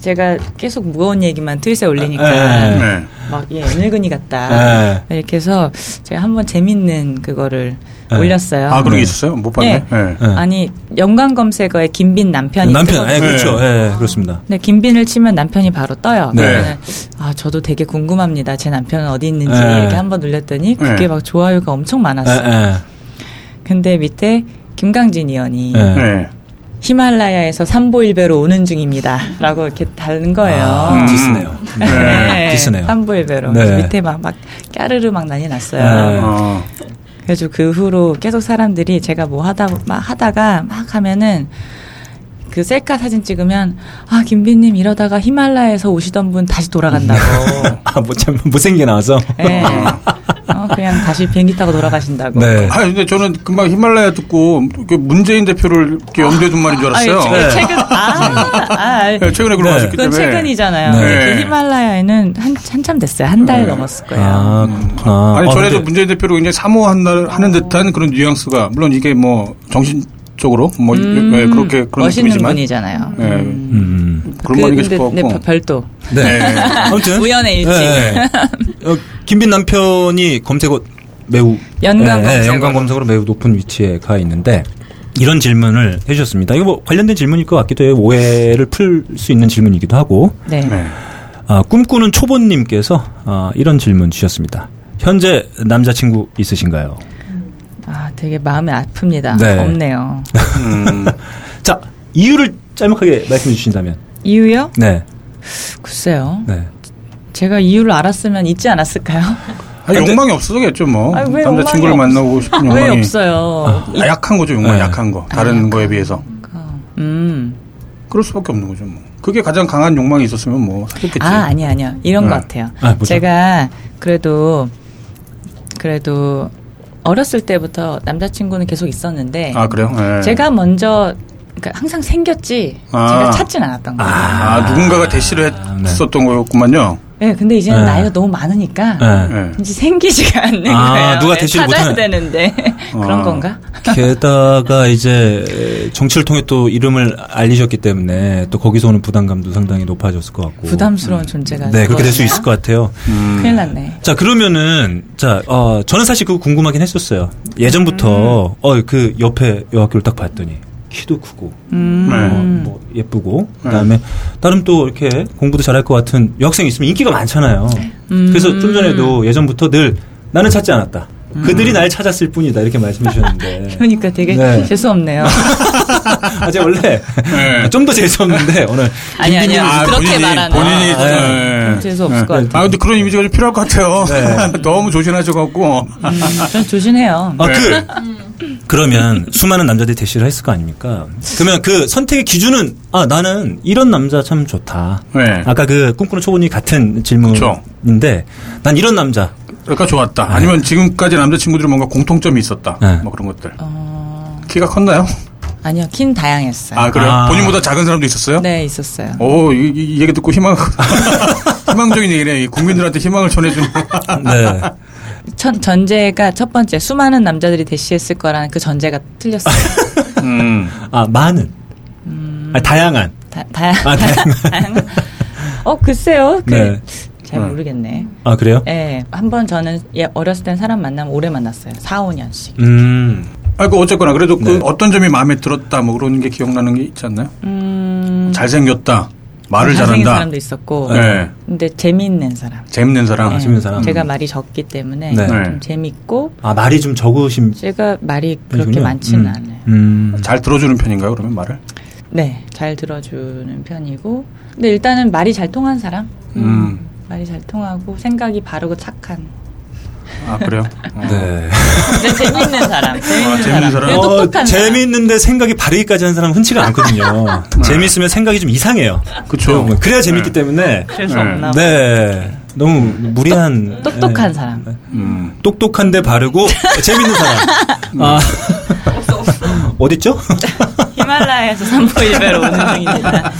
제가 계속 무거운 얘기만 트윗에 아, 올리니까 아, 아. 네. 막 예, 늙은이 같다. 네, 이렇게 해서 제가 한번 재밌는 그거를 네. 올렸어요. 아, 그런 게 있었어요? 못 봤네. 네. 네. 아니 연관 검색어에 김빈 남편이 아. 남편, 뜨거든요. 예, 그렇죠. 네. 예, 예, 그렇습니다. 근데 김빈을 치면 남편이 바로 떠요. 네. 그러면은 아 저도 되게 궁금합니다. 제 남편은 어디 있는지 네. 이렇게 한번 눌렸더니 그게 네. 막 좋아요가 엄청 예, 많았어. 요 예. 근데 밑에 김강진 의원이 네. 네. 히말라야에서 삼보일배로 오는 중입니다. 라고 이렇게 다는 거예요. 아, 디스네요. 네. 디스네요. 삼보일배로. 네. 그래서 밑에 막, 막, 까르르 막 난리 났어요. 네. 어, 그래서 그 후로 계속 사람들이 제가 뭐 하다 막 하다가 막 하면은 그 셀카 사진 찍으면 아 김비님 이러다가 히말라야에서 오시던 분 다시 돌아간다고. [laughs] 어. 아, 못, 참, 못생겨 나와서. 예. 어, 그냥 다시 비행기 타고 돌아가신다고. 네. 아 근데 저는 금방 히말라야 듣고 이렇게 문재인 대표를 이렇게 염두에 둔 말인 줄 알았어요. 아, 예, 최근 아, 아, 아, 네, 최근에 그런 거 네. 하셨기 그건 때문에. 최근이잖아요. 네. 근데 히말라야에는 한, 한참 됐어요. 한 달 네. 넘었을 거예요. 아, 그렇구나. 음. 아니 어, 전에도 근데- 문재인 대표를 굉장히 사모한다는 아. 하는 듯한 그런 뉘앙스가 물론 이게 뭐 정신적으로 뭐 음, 예, 그렇게 그런 멋있는 느낌이지만 분이잖아요. 예, 음. 그런 말 말이고 근데 싶었고 네, 별- 별도. 네. 네. 아무튼. 우연의 일치. 네. 어, 김빈 남편이 검색어 매우 네, 연관 검색어. 연관 검색어로 매우 높은 위치에 가 있는데 이런 질문을 해주셨습니다. 이거 뭐 관련된 질문일 것 같기도 해요. 오해를 풀 수 있는 질문이기도 하고 네. 네. 아, 꿈꾸는 초보님께서 아, 이런 질문 주셨습니다. 현재 남자친구 있으신가요? 아, 되게 마음이 아픕니다. 네. 없네요. 음, 자 이유를 짤막하게 말씀해 주신다면 [laughs] 이유요? 네, 글쎄요. 네. 제가 이유를 알았으면 있지 않았을까요? [laughs] 아니, 욕망이 없어서겠죠 뭐 아니, 왜 남자친구를 욕망이 만나고 음, 싶은 욕망이 왜 없어요? 아, 아, 약한 거죠 욕망 이 네. 약한 거 다른 거에 비해서 음. 그럴 수밖에 없는 거죠 뭐 그게 가장 강한 욕망이 있었으면 뭐 사귀었겠지 아, 아니, 아니요. 이런 네. 것 같아요. 아, 뭐죠? 제가 그래도, 그래도 어렸을 때부터 남자친구는 계속 있었는데, 아, 그래요 예. 네. 제가 먼저, 그러니까 항상 생겼지, 아. 제가 찾진 않았던 거예요. 아, 누군가가 대시를 아, 네. 했었던 거였구만요 네, 근데 이제는 네. 나이가 너무 많으니까, 네. 예. 이제 생기지가 [laughs] 않는 아, 거예요. 누가 네, 대시를 찾아야 못하는- 어. 되는데. 아. 그런 건가? 게다가 이제 정치를 통해 또 이름을 알리셨기 때문에 또 거기서 오는 부담감도 상당히 높아졌을 것 같고 부담스러운 존재가. 네 그렇게 될 수 되거든요. 있을 것 같아요. 음. 큰일 났네. 자 그러면은 자 어, 저는 사실 그거 궁금하긴 했었어요. 예전부터 어 그 옆에 여학교를 딱 봤더니 키도 크고 음. 음. 네. 어, 뭐 예쁘고 그다음에 나름 또 이렇게 공부도 잘할 것 같은 여학생이 있으면 인기가 많잖아요. 그래서 좀 전에도 예전부터 늘 나는 찾지 않았다. 그들이 날 찾았을 뿐이다 이렇게 말씀해 주셨는데 [laughs] 그러니까 되게 네. 재수 [laughs] 없네요. 아, 제가 원래 네. 좀 더 재수없는데 오늘 아니 아니요. 아, 그렇게 본인이- 말하는. 본인이 아, 예. 재수 없을 예. 것 같아요. 네. 아 근데 그런 이미지가 좀 필요할 것 같아요. [laughs] 너무 조신하셔갖고 음, 네. 전 조심해요. 뭐. 아, 그 그러면 수많은 남자들이 대시를 했을 거 아닙니까? 그러면 그 선택의 기준은 아 나는 이런 남자 참 좋다. 네. 아까 그 꿈꾸는 초보님 같은 그쵸. 질문인데 난 이런 남자 그러니까 좋았다. 아니면 지금까지 남자친구들이 뭔가 공통점이 있었다. 네. 뭐 그런 것들. 어, 키가 컸나요? 아니요. 킨 다양했어요. 아 그래요? 아. 본인보다 작은 사람도 있었어요? 네, 있었어요. 오, 이, 이 얘기 듣고 희망 [laughs] 희망적인 얘기네. 이 국민들한테 희망을 [laughs] 전해주는. 네. 어. 첫, 전제가 첫 번째 수많은 남자들이 대시했을 거라는 그 전제가 틀렸어요. [laughs] 음. 아 많은 음. 아, 다양한 다, 다양. 아 네. 다양한 다양한. 어 글쎄요. 그, 네. 잘 음. 모르겠네. 아 그래요? 예, 한번 저는 예, 어렸을 땐 사람 만나면 오래 만났어요. 4, 5년씩. 음 아이고 어쨌거나 그래도 그 네. 어떤 점이 마음에 들었다 뭐 그런 게 기억나는 게 있지 않나요? 음, 잘생겼다, 말을 잘생긴 잘한다, 사람도 있었고, 네. 네. 근데 재미있는 사람. 예, 재밌는 사람. 아, 재밌는 사람. 제가 말이 적기 때문에 네. 네. 좀 재밌고 아 말이 좀 적으신 제가 말이 그렇게 분이군요. 많지는 음. 않아요. 음. 잘 들어주는 편인가요? 그러면 말을? 네, 잘 들어주는 편이고 근데 일단은 말이 잘 통한 사람. 음. 말이 잘 통하고 생각이 바르고 착한. 아 [laughs] 그래요? 어. 네. 근데 재밌는 사람. 재밌는 재밌는 사람. 사람. 그리고 똑똑한 사람. 어, 재미있는데 생각이 바르기까지 하는 사람은 흔치가 [laughs] 않거든요. 네. 재미있으면 생각이 좀 이상해요. 그쵸. 뭐, 그래야 재밌기 때문에. 그래서 네. 없나 봐. 네. 너무 무리한. 똑똑한 네. 사람. 음. 똑똑한데 바르고 재밌는 [laughs] 사람. 네. 아, 없어 없어. 어딨죠? 히말라야에서 산보일배로 오는 중입니다.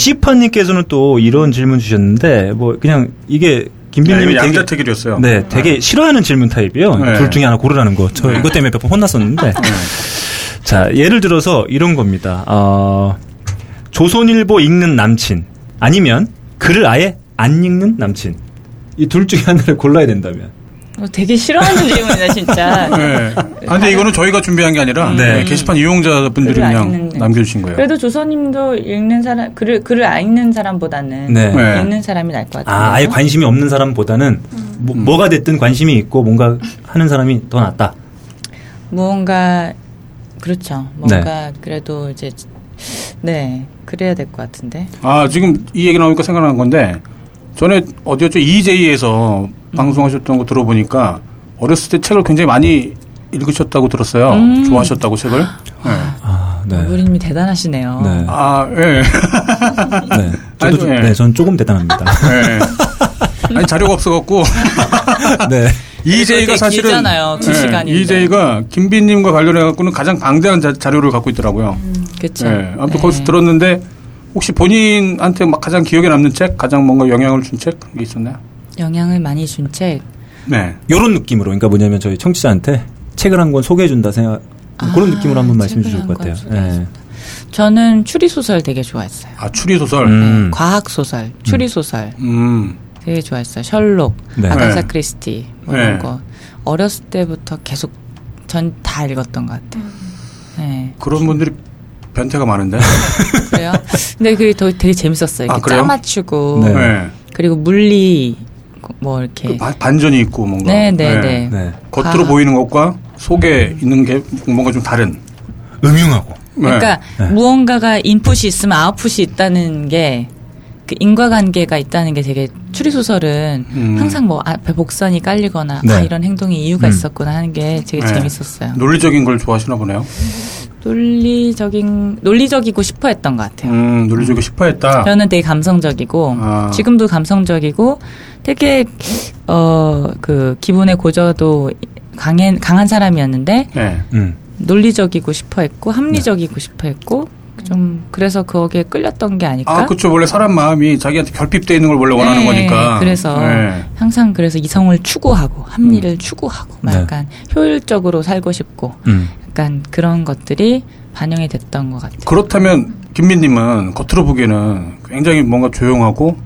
시판님께서는 또 이런 질문 주셨는데, 뭐, 그냥 이게 김빈님이 김빈님이 되게. 양자택일이었어요. 네, 되게 싫어하는 질문 타입이에요. 네. 둘 중에 하나 고르라는 거. 저 네. 이것 때문에 몇 번 혼났었는데. 자, 예를 들어서 이런 겁니다. 어, 조선일보 읽는 남친 아니면 글을 아예 안 읽는 남친 이 둘 중에 하나를 골라야 된다면 어, 되게 싫어하는 질문이다 진짜. 네. 아, 근데 이거는 저희가 준비한 게 아니라 네. 네, 게시판 이용자분들이 글을 안 그냥 읽는데. 남겨주신 거예요. 그래도 조선님도 읽는 사람 글을 글을 안 읽는 사람보다는 네. 네. 읽는 사람이 날 것 같아요. 아, 아예 관심이 없는 사람보다는 음. 뭐, 가 됐든 관심이 있고 뭔가 하는 사람이 더 낫다. 네. 무언가 그렇죠. 뭔가 그래도 이제 네 그래야 될 것 같은데 아 지금 이 얘기 나오니까 생각난 건데 전에 어디였죠 EJ에서 방송하셨던 거 들어보니까 어렸을 때 책을 굉장히 많이 읽으셨다고 들었어요. 음. 좋아하셨다고 [gasps] 책을. 네. 아, 네. 노부리님이 대단하시네요. 네. 아 예. 네. 아니, 저도 좀, 예. 네, 전 조금 [laughs] 대단합니다. 예. 아니 자료가 [laughs] 없어갖고 네. EJ가 되게 사실은 길잖아요. 두 시간인데. EJ가 김빈님과 관련해갖고는 가장 방대한 자, 자료를 갖고 있더라고요. 그렇죠. 예, 아무튼 거기서 들었는데 혹시 본인한테 막 가장 기억에 남는 책, 가장 뭔가 영향을 준 책 그런 게 있었나요? 영향을 많이 준 책. 네. 요런 느낌으로. 그러니까 뭐냐면 저희 청취자한테 책을 한 권 소개해준다 생각, 그런 아, 느낌으로 한번 말씀해 책을 주실 한 것 같아요. 권 네. 저는 추리 소설 되게 좋아했어요. 네, 아 추리 소설. 음. 과학 소설, 추리 소설 음. 되게 좋아했어요. 셜록, 네. 아가사 네. 크리스티 뭐 이런 네. 거 어렸을 때부터 계속 전 다 읽었던 것 같아요. 네. 그런 분들이 변태가 많은데. 그래요? 근데 그게 더 되게 재밌었어요. 아, 이렇게 그래요? 짜 맞추고 네. 네. 그리고 물리 뭐 이렇게 그 바- 반전이 있고 뭔가. 네, 네, 네. 네. 겉으로 아. 음. 보이는 것과 속에 있는 게 뭔가 좀 다른. 음흉하고. 네. 그러니까 무언가가 인풋이 있으면 아웃풋이 있다는 게. 그 인과관계가 있다는 게 되게 추리소설은 음. 항상 뭐 앞에 복선이 깔리거나 아 네. 이런 행동에 이유가 음. 있었구나 하는 게 되게 네. 재밌었어요. 논리적인 걸 좋아하시나 보네요. 논리적인 논리적이고 싶어했던 것 같아요. 음, 논리적이 싶어했다. 저는 되게 감성적이고 아. 지금도 감성적이고 되게 어 그 기분의 고저도 강한 강한 사람이었는데 네. 음. 논리적이고 싶어했고 합리적이고 싶어했고 좀 그래서 거기에 끌렸던 게 아닐까? 아, 그쵸. 원래 사람 마음이 자기한테 결핍돼 있는 걸 원래 원하는 네, 거니까. 그래서 네. 음. 항상 그래서 이성을 추구하고 합리를 추구하고 막 네. 약간 효율적으로 살고 싶고 음. 약간 그런 것들이 반영이 됐던 것 같아요. 그렇다면 김민님은 겉으로 보기에는 굉장히 뭔가 조용하고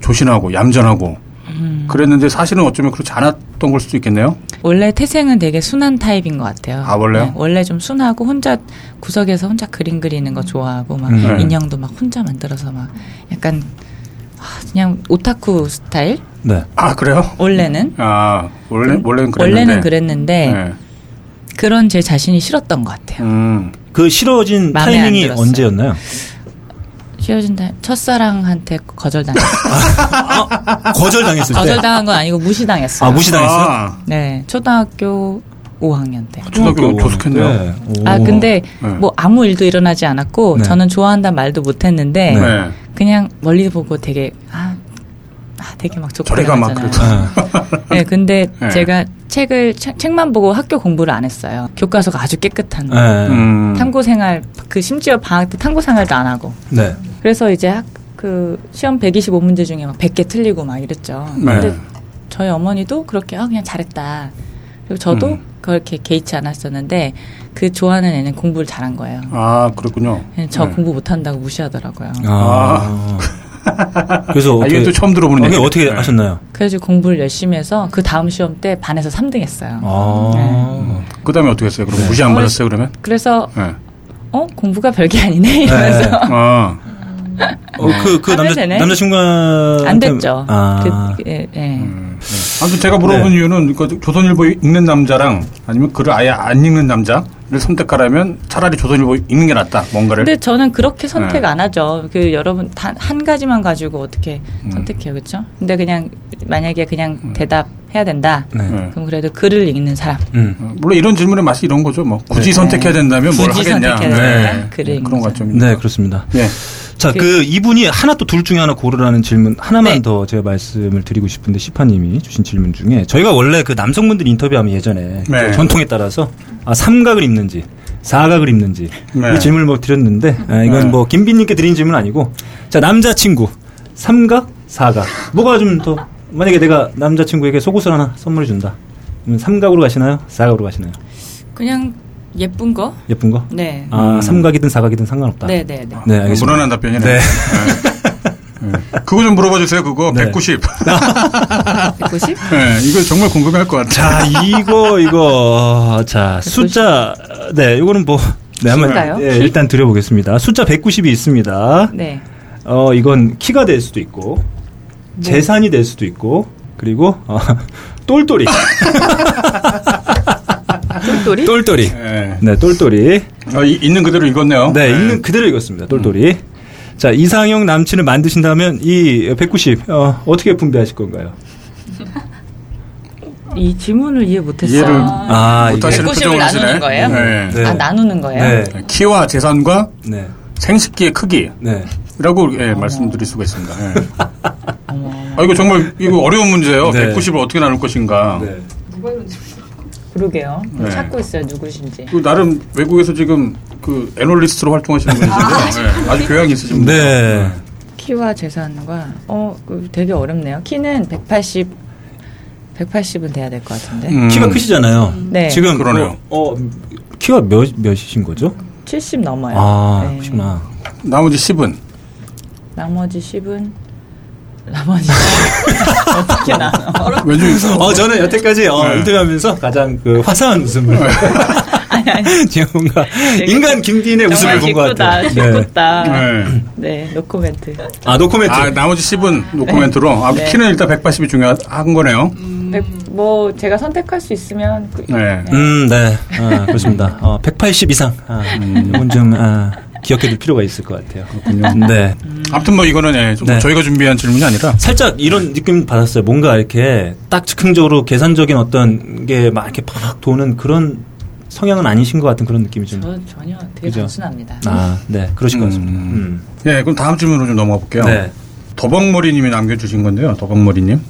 조신하고 얌전하고 음. 그랬는데 사실은 어쩌면 그렇지 않았던 걸 수도 있겠네요. 원래 태생은 되게 순한 타입인 것 같아요. 네. 아, 원래요? 원래 좀 순하고 혼자 구석에서 혼자 그림 그리는 거 좋아하고 막 음. 네. 인형도 막 혼자 만들어서 막 약간 아, 그냥 오타쿠 스타일 네. 아 그래요? 원래는 아 원래 원래는 그랬는데. 음, 원래는 그랬는데 네. 그런 제 자신이 싫었던 것 같아요. 음. 그 싫어진 마음에 안 타이밍이 들었어요. 언제였나요? 헤어진다 첫사랑한테 [laughs] 거절당했어요. 거절당했을 때. 거절당한 건 아니고 무시당했어요. 아, 무시당했어요? 아, 네 학교 5학년 때. 초등학교 교숙했네요. 네. 오. 아 근데 네. 뭐 아무 일도 일어나지 않았고 네. 저는 좋아한다 말도 못했는데 네. 그냥 멀리 보고 되게 아, 아 되게 막 저래가 막 족발하잖아요. 그래서. 아, 네, 근데 네. 제가 책을 책- 책만 보고 학교 공부를 안 했어요. 교과서가 아주 깨끗한 거. 네. 음. 탐구 생활 그 심지어 방학 때 탐구 생활도 안 하고 네. 그래서 이제 학, 그 시험 125문제 중에 막 100개 틀리고 막 이랬죠. 네. 근데 저희 어머니도 그렇게 아 그냥 잘했다. 그리고 저도 음. 그렇게 개의치 않았었는데 그 좋아하는 애는 공부를 잘한 거예요. 아 그렇군요. 그냥 저 네. 공부 못한다고 무시하더라고요. 아. 그래서 [laughs] 아, 어떻게 이건 또 처음 들어보는 어떻게, 얘기예요. 어떻게 네. 하셨나요? 그래가지고 공부를 열심히 해서 그 다음 시험 때 반에서 3등 했어요. 네. 아. 그다음에 어떻게 했어요? 그럼 네. 무시 안 어렸- 받았어요 그러면? 그래서 네. 어 공부가 별게 아니네 이러면서 아, 어, 그, 그 하면 남자, 되네. 남자친구한테. 안 됐죠. 아. 그, 예, 예. 음. 네. 아무튼 제가 물어본 네. 이유는 그 조선일보 읽는 남자랑 아니면 글을 아예 안 읽는 남자를 선택하라면 차라리 조선일보 읽는 게 낫다 뭔가를. 근데 저는 그렇게 선택 네. 안 하죠. 그 여러분 단, 한 가지만 가지고 어떻게 음. 선택해요, 그렇죠? 근데 그냥 만약에 그냥 대답해야 된다. 네. 네. 그럼 그래도 글을 읽는 사람. 음. 어, 물론 이런 질문의 맛이 이런 거죠. 뭐 굳이 네. 선택해야 된다면 뭘 굳이 하겠냐. 선택해야 된다면 글을 읽는 그런 거죠. 관점입니다. 네, 그렇습니다. 예. 자, 그, 이분이 하나 또 둘 중에 하나 고르라는 질문 하나만 네. 더 제가 말씀을 드리고 싶은데 시파님이 주신 질문 중에 저희가 원래 그 남성분들 인터뷰하면 예전에 그 네. 전통에 따라서 아, 삼각을 입는지 사각을 입는지 네. 이 질문을 뭐 드렸는데 아, 이건 네. 뭐 김빈님께 드린 질문 아니고 자 남자친구 삼각 사각 뭐가 좀 더 만약에 내가 남자친구에게 속옷을 하나 선물해 준다 그러면 삼각으로 가시나요 사각으로 가시나요 그냥 예쁜 거? 예쁜 거? 네. 아 음. 삼각이든 사각이든 상관없다. 네, 네, 네. 네, 알겠습니다. 뭐 무난한 답변이네. 네. 예. 예. 그거 좀 물어봐 주세요. 그거 네. 190. [laughs] 190? 예, 이거 정말 궁금해할 것 같아. 자, 이거, 이거, 자, 숫자, 네, 이거는 뭐, 네, 키인가요? 한번, 예, 키? 일단 드려보겠습니다. 숫자 190이 있습니다. 네. 어, 이건 키가 될 수도 있고, 재산이 될 수도 있고, 그리고, 어, [laughs] 똘똘이. 똘똘이? 똘똘이. 예. 네, 똘똘이. 어, 이- 있는 그대로 읽었네요. 네, 음. 있는 그대로 읽었습니다. 똘똘이. 자, 이상형 남친을 만드신다면 이 190, 어, 어떻게 분배하실 건가요? 이 지문을 이해 못했어요. 이해를 아, 못하시는 이게- 표정을 190을 하시네. 나누는 거예요? 네. 네. 아 나누는 거예요? 네. 키와 재산과 네. 생식기의 크기. 네. 라고 예, 말씀드릴 수가 있습니다. 예. 아, 이거 정말 이거 어려운 문제예요. 네. 190을 어떻게 나눌 것인가. 네. 누가 이런지 그러게요. 네. 찾고 있어요 누구신지. 그 나름 외국에서 지금 그 애널리스트로 활동하시는 분이신데 요 아주 교양이 있으신 분. 네. 키와 재산과 어그 되게 어렵네요. 키는 180 180은 돼야 될 것 같은데. 음, 키가 크시잖아요. 네. 지금 그러네요. 어, 어, 키가 몇 몇이신 거죠? 70 넘어요. 아, 네. 그러시구나. 나머지 10은 나머지 10은 나머지 10은 [laughs] 어떻게 나눠? 왠지 어, 저는 여태까지 어, 네. 인터뷰하면서 가장 그 화사한 웃음을 [laughs] 아니 [laughs] 아니. 네, 그렇죠. 지금 뭔가 인간 김디인의 웃음을 정말 본 것 기쁘다, 같아요. 기쁘다. 네. 네, 노코멘트. 아, 노코멘트. 아, 나머지 10은 노코멘트로. 아, 네. 키는 일단 180이 중요한 거네요. 백- 뭐 제가 선택할 수 있으면 그- 네. 음, 네. 아, 그렇습니다. 어, 180 이상. 아, 이건 좀 아, 기억해 둘 필요가 있을 것 같아요. 네. 아무튼 뭐 이거는 예, 좀 네. 저희가 준비한 질문이 아니라 살짝 이런 느낌 받았어요. 뭔가 이렇게 딱 즉흥적으로 계산적인 어떤 게 막 이렇게 팍 도는 그런 성향은 아니신 것 같은 그런 느낌이 좀. 저 전혀 되게 그죠? 단순합니다. 아, 네. 그러신 것 같습니다. 음. 예, 그럼 다음 질문으로 좀 넘어가 볼게요. 네. 더벅머리님이 남겨주신 건데요. 더벅머리님.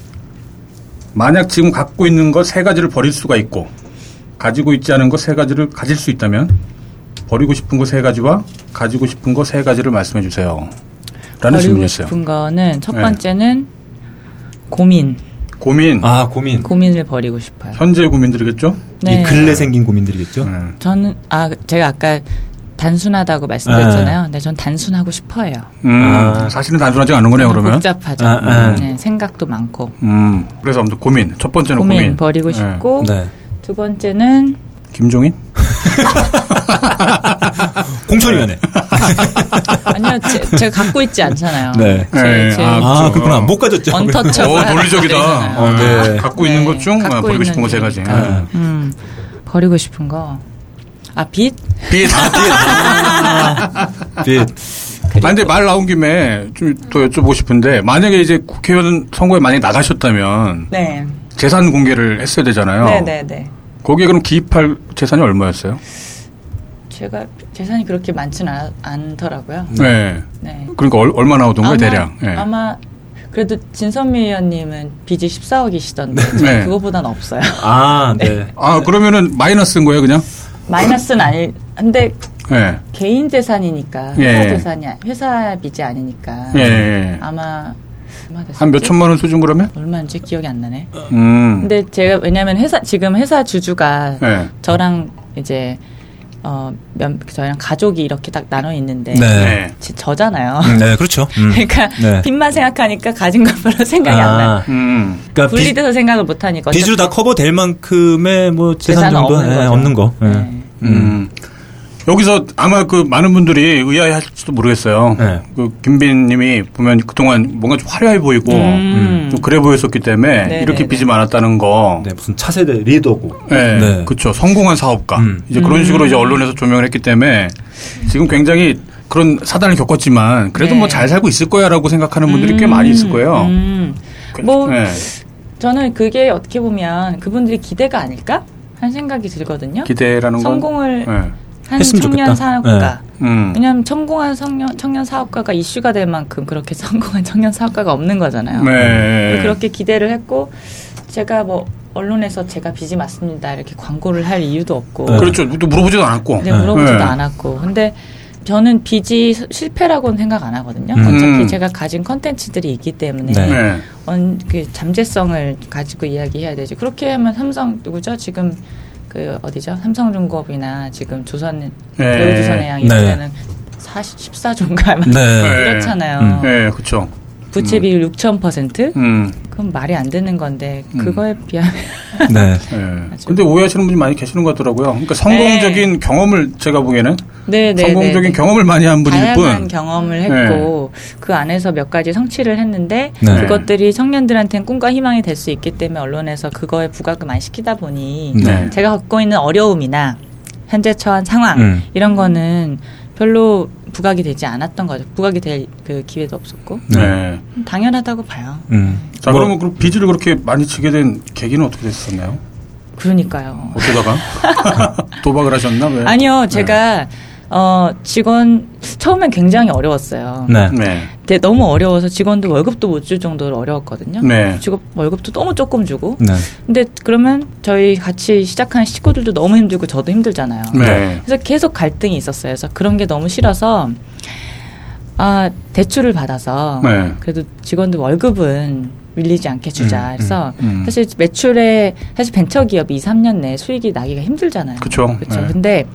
만약 지금 갖고 있는 것 세 가지를 버릴 수가 있고 가지고 있지 않은 것 세 가지를 가질 수 있다면 버리고 싶은 것 세 가지와 가지고 싶은 것 세 가지를 말씀해 주세요. 라는 버리고 질문이었어요. 싶은 거는 첫 네. 번째는 고민. 고민. 아, 고민. 고민을 버리고 싶어요. 네. 현재의 고민들이겠죠? 이 근래 생긴 고민들이겠죠? 음. 저는 아 제가 아까 단순하다고 네. 말씀드렸잖아요. 근데 전 단순하고 싶어해요. 음, 아. 사실은 단순하지 않은 거네요, 그러면. 복잡하죠. 아, 아. 네, 생각도 많고 음. 그래서 아무튼 고민. 첫 번째는 고민, 고민. 버리고 예. 싶고 네. 두 번째는 [laughs] 김종인? 공천위원회. 아니요 제, 제가 갖고 있지 않잖아요. 네. 제, 네, 제 아, 아, 그렇죠. 그렇구나. 못 가졌죠. 어, 언터처블 논리적이다. 어, 네. 예. 갖고 있는 네, 것 중 갖고 버리고 있는 싶은 것 세 가지. 예. 거니까. 아, 음 버리고 싶은 거. 아 빛? 빛. [laughs] 네. 아, 근데 말 나온 김에 좀 더 여쭤보고 싶은데 만약에 이제 국회의원 선거에 많이 나가셨다면 네. 재산 공개를 했어야 되잖아요. 네네네. 거기에 그럼 기입할 재산이 얼마였어요? 제가 재산이 그렇게 많지는 않, 않더라고요. 네. 네. 그러니까 얼, 얼마 나오던 거예요, 아마- 대략? 예. 아마 그래도 진선미 의원님은 빚이 14억이시던데 네. 저는 [laughs] 그거보단 없어요. 아, 네. 아, 그러면은 마이너스인 거예요, 그냥? 마이너스는 아니. 근데 예. 개인 재산이니까 회사 예. 재산이 아니- 회사 빚이 아니니까 예, 예. 아마 얼마 됐었지? 한 몇 천만 원 수준 그러면? 얼마인지 기억이 안 나네. 음. 근데 제가 왜냐면 회사 지금 회사 주주가 예. 저랑 이제 어 면- 저희랑 가족이 이렇게 딱 나눠 있는데 네. 예. 제- 저잖아요. 네, 그렇죠. 음. [laughs] 그러니까 네. 빚만 생각하니까 가진 것 별로 [laughs] 생각이 안 나요. 아, 음. 그러니까 빚- 분리돼서 생각을 못 하니까 빚으로 다 커버될 만큼의 뭐 재산 재산은 정도 없는 예, 거죠. 없는 거. 예. 네. 음. 음. 여기서 아마 그 많은 분들이 의아해하실지도 모르겠어요. 네. 그 김빈님이 보면 그동안 뭔가 좀 화려해 보이고 음. 좀 그래 보였었기 때문에 네, 이렇게 네, 빚이 네. 많았다는 거. 네, 무슨 차세대 리더고. 네, 네. 그렇죠. 성공한 사업가 음. 이제 그런 식으로 이제 언론에서 조명을 했기 때문에 지금 굉장히 그런 사단을 겪었지만 그래도 네. 뭐 잘 살고 있을 거야라고 생각하는 분들이 꽤 많이 있을 거예요. 음. 그- 뭐 네. 저는 그게 어떻게 보면 그분들이 기대가 아닐까 하는 생각이 들거든요. 기대라는 건 성공을 네. 한 했으면 좋겠다. 청년 사업가. 음. 왜냐하면 성공한 청년, 청년 사업가가 이슈가 될 만큼 그렇게 [laughs] 성공한 청년 사업가가 없는 거잖아요. 네. 그렇게 기대를 했고 제가 뭐 언론에서 제가 빚이 맞습니다 이렇게 광고를 할 이유도 없고 네. 그렇죠. 그렇죠. 또 물어보지도 않았고. 이제 물어보지도 네. 않았고 근데 저는 빚이 수- 실패라고는 생각 안 하거든요. 음. 어차피 제가 가진 컨텐츠들이 있기 때문에 네. 네. 언, 그 잠재성을 가지고 이야기해야 되지. 그렇게 하면 삼성 누구죠? 지금 그 어디죠? 삼성중공업이나 지금 조선 네. 대우조선해양 네. 이때는 40, 14조인가 네. 음. 네. 그렇잖아요. 네, 그렇죠. 부채 비율 6,000%? 음. 그건 말이 안 되는 건데 음. 그거에 비하면 [laughs] 네. 예. 근데 오해하시는 분이 많이 계시는 것 같더라고요. 그러니까 성공적인 경험을 제가 보기에는 네, 네, 성공적인 네, 네. 경험을 많이 한 분일 네. 다양한 뿐. 경험을 했고 그 안에서 몇 가지 성취를 했는데 네. 그것들이 청년들한테는 꿈과 희망이 될 수 있기 때문에 언론에서 그거에 부각을 많이 시키다 보니 네. 제가 겪고 있는 어려움이나 현재 처한 상황 음. 이런 거는 별로 부각이 되지 않았던 거죠. 부각이 될 그 기회도 없었고 네. 당연하다고 봐요. 음. 자, 뭐- 그러면 그 빚을 그렇게 많이 지게 된 계기는 어떻게 됐었나요? 그러니까요. 어쩌다가? [laughs] 도박을 하셨나? 왜? 아니요, 제가 어 직원 처음엔 굉장히 어려웠어요. 네. 네. 근데 너무 어려워서 직원도 월급도 못 줄 정도로 어려웠거든요. 네. 직업 월급도 너무 조금 주고. 네. 근데 그러면 저희 같이 시작한 식구들도 너무 힘들고 저도 힘들잖아요. 네. 그래서 계속 갈등이 있었어요. 그래서 그런 게 너무 싫어서 아 대출을 받아서 네. 그래도 직원들 월급은 밀리지 않게 주자. 음, 그래서 음. 사실 매출에 사실 벤처 기업이 2, 3년 내에 수익이 나기가 힘들잖아요. 그쵸. 그렇죠. 네. 근데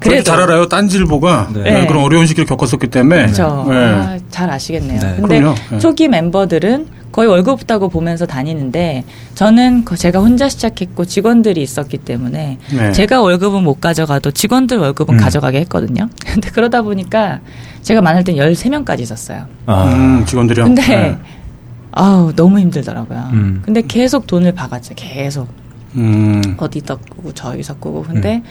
그래도 잘 알아요. 딴질보가 네. 네, 그런 어려운 시기를 겪었었기 때문에. 그렇죠. 네. 아, 잘 아시겠네요. 네. 근데 그럼요. 네. 초기 멤버들은 거의 월급 없다고 보면서 다니는데 저는 거- 제가 혼자 시작했고 직원들이 있었기 때문에 네. 제가 월급은 못 가져가도 직원들 월급은 음. 가져가게 했거든요. [laughs] 근데 그러다 보니까 제가 많을 땐 13명까지 있었어요. 아. 음, 직원들이요. 근데 네. 아우 너무 힘들더라고요. 음. 근데 계속 돈을 박았죠. 계속 음. 어디 섞고 저기서 꾸고 근데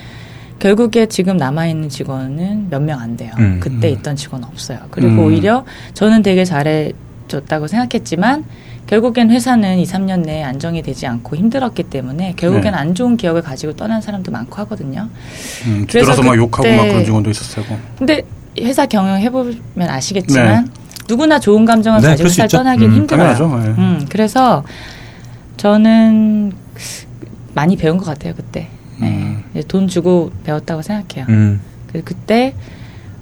결국에 지금 남아있는 직원은 몇 명 안 돼요. 음. 그때 음. 있던 직원 없어요. 그리고 음. 오히려 저는 되게 잘해줬다고 생각했지만 결국엔 회사는 2, 3년 내에 안정이 되지 않고 힘들었기 때문에 결국엔 네. 안 좋은 기억을 가지고 떠난 사람도 많고 하거든요. 음, 그래서 뒤돌아서 막 그때- 욕하고 막 그런 직원도 있었고. 근데 회사 경영해보면 아시겠지만 누구나 좋은 감정을 네, 가지고 그럴 수 회사를 있죠. 떠나긴 음, 힘들어요. 당연하죠. 예. 음, 그래서 저는 많이 배운 것 같아요, 그때. 네. 음. 이제 돈 주고 배웠다고 생각해요. 음. 그- 그때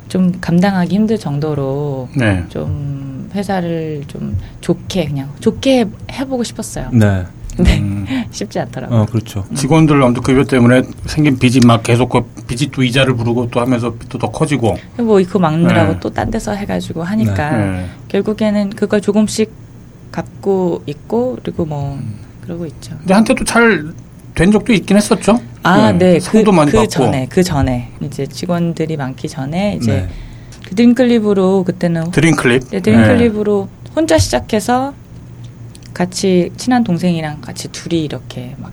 좀 감당하기 힘들 정도로 네. 좀 회사를 좀 좋게 그냥 좋게 해- 해보고 싶었어요. 네. 근데 음. 쉽지 않더라고요. 어, 그렇죠. 직원들 언더급여 때문에 생긴 빚이 막 계속 그 빚이 또 이자를 부르고 또 하면서 빚도 더 커지고. 뭐 이거 막느라고 네. 또 딴 데서 해가지고 하니까 네. 결국에는 그걸 조금씩 갚고 있고 그리고 뭐 그러고 있죠. 근데 한때 또 잘 된 적도 있긴 했었죠. 아, 네. 네. 그, 상도 많이 그 받고. 전에, 그 전에. 이제 직원들이 많기 전에, 이제 [laughs] 네. 그 드림클립으로 그때는 드림클립. 네, 드림클립으로 혼자 시작해서 같이 친한 동생이랑 같이 둘이 이렇게 막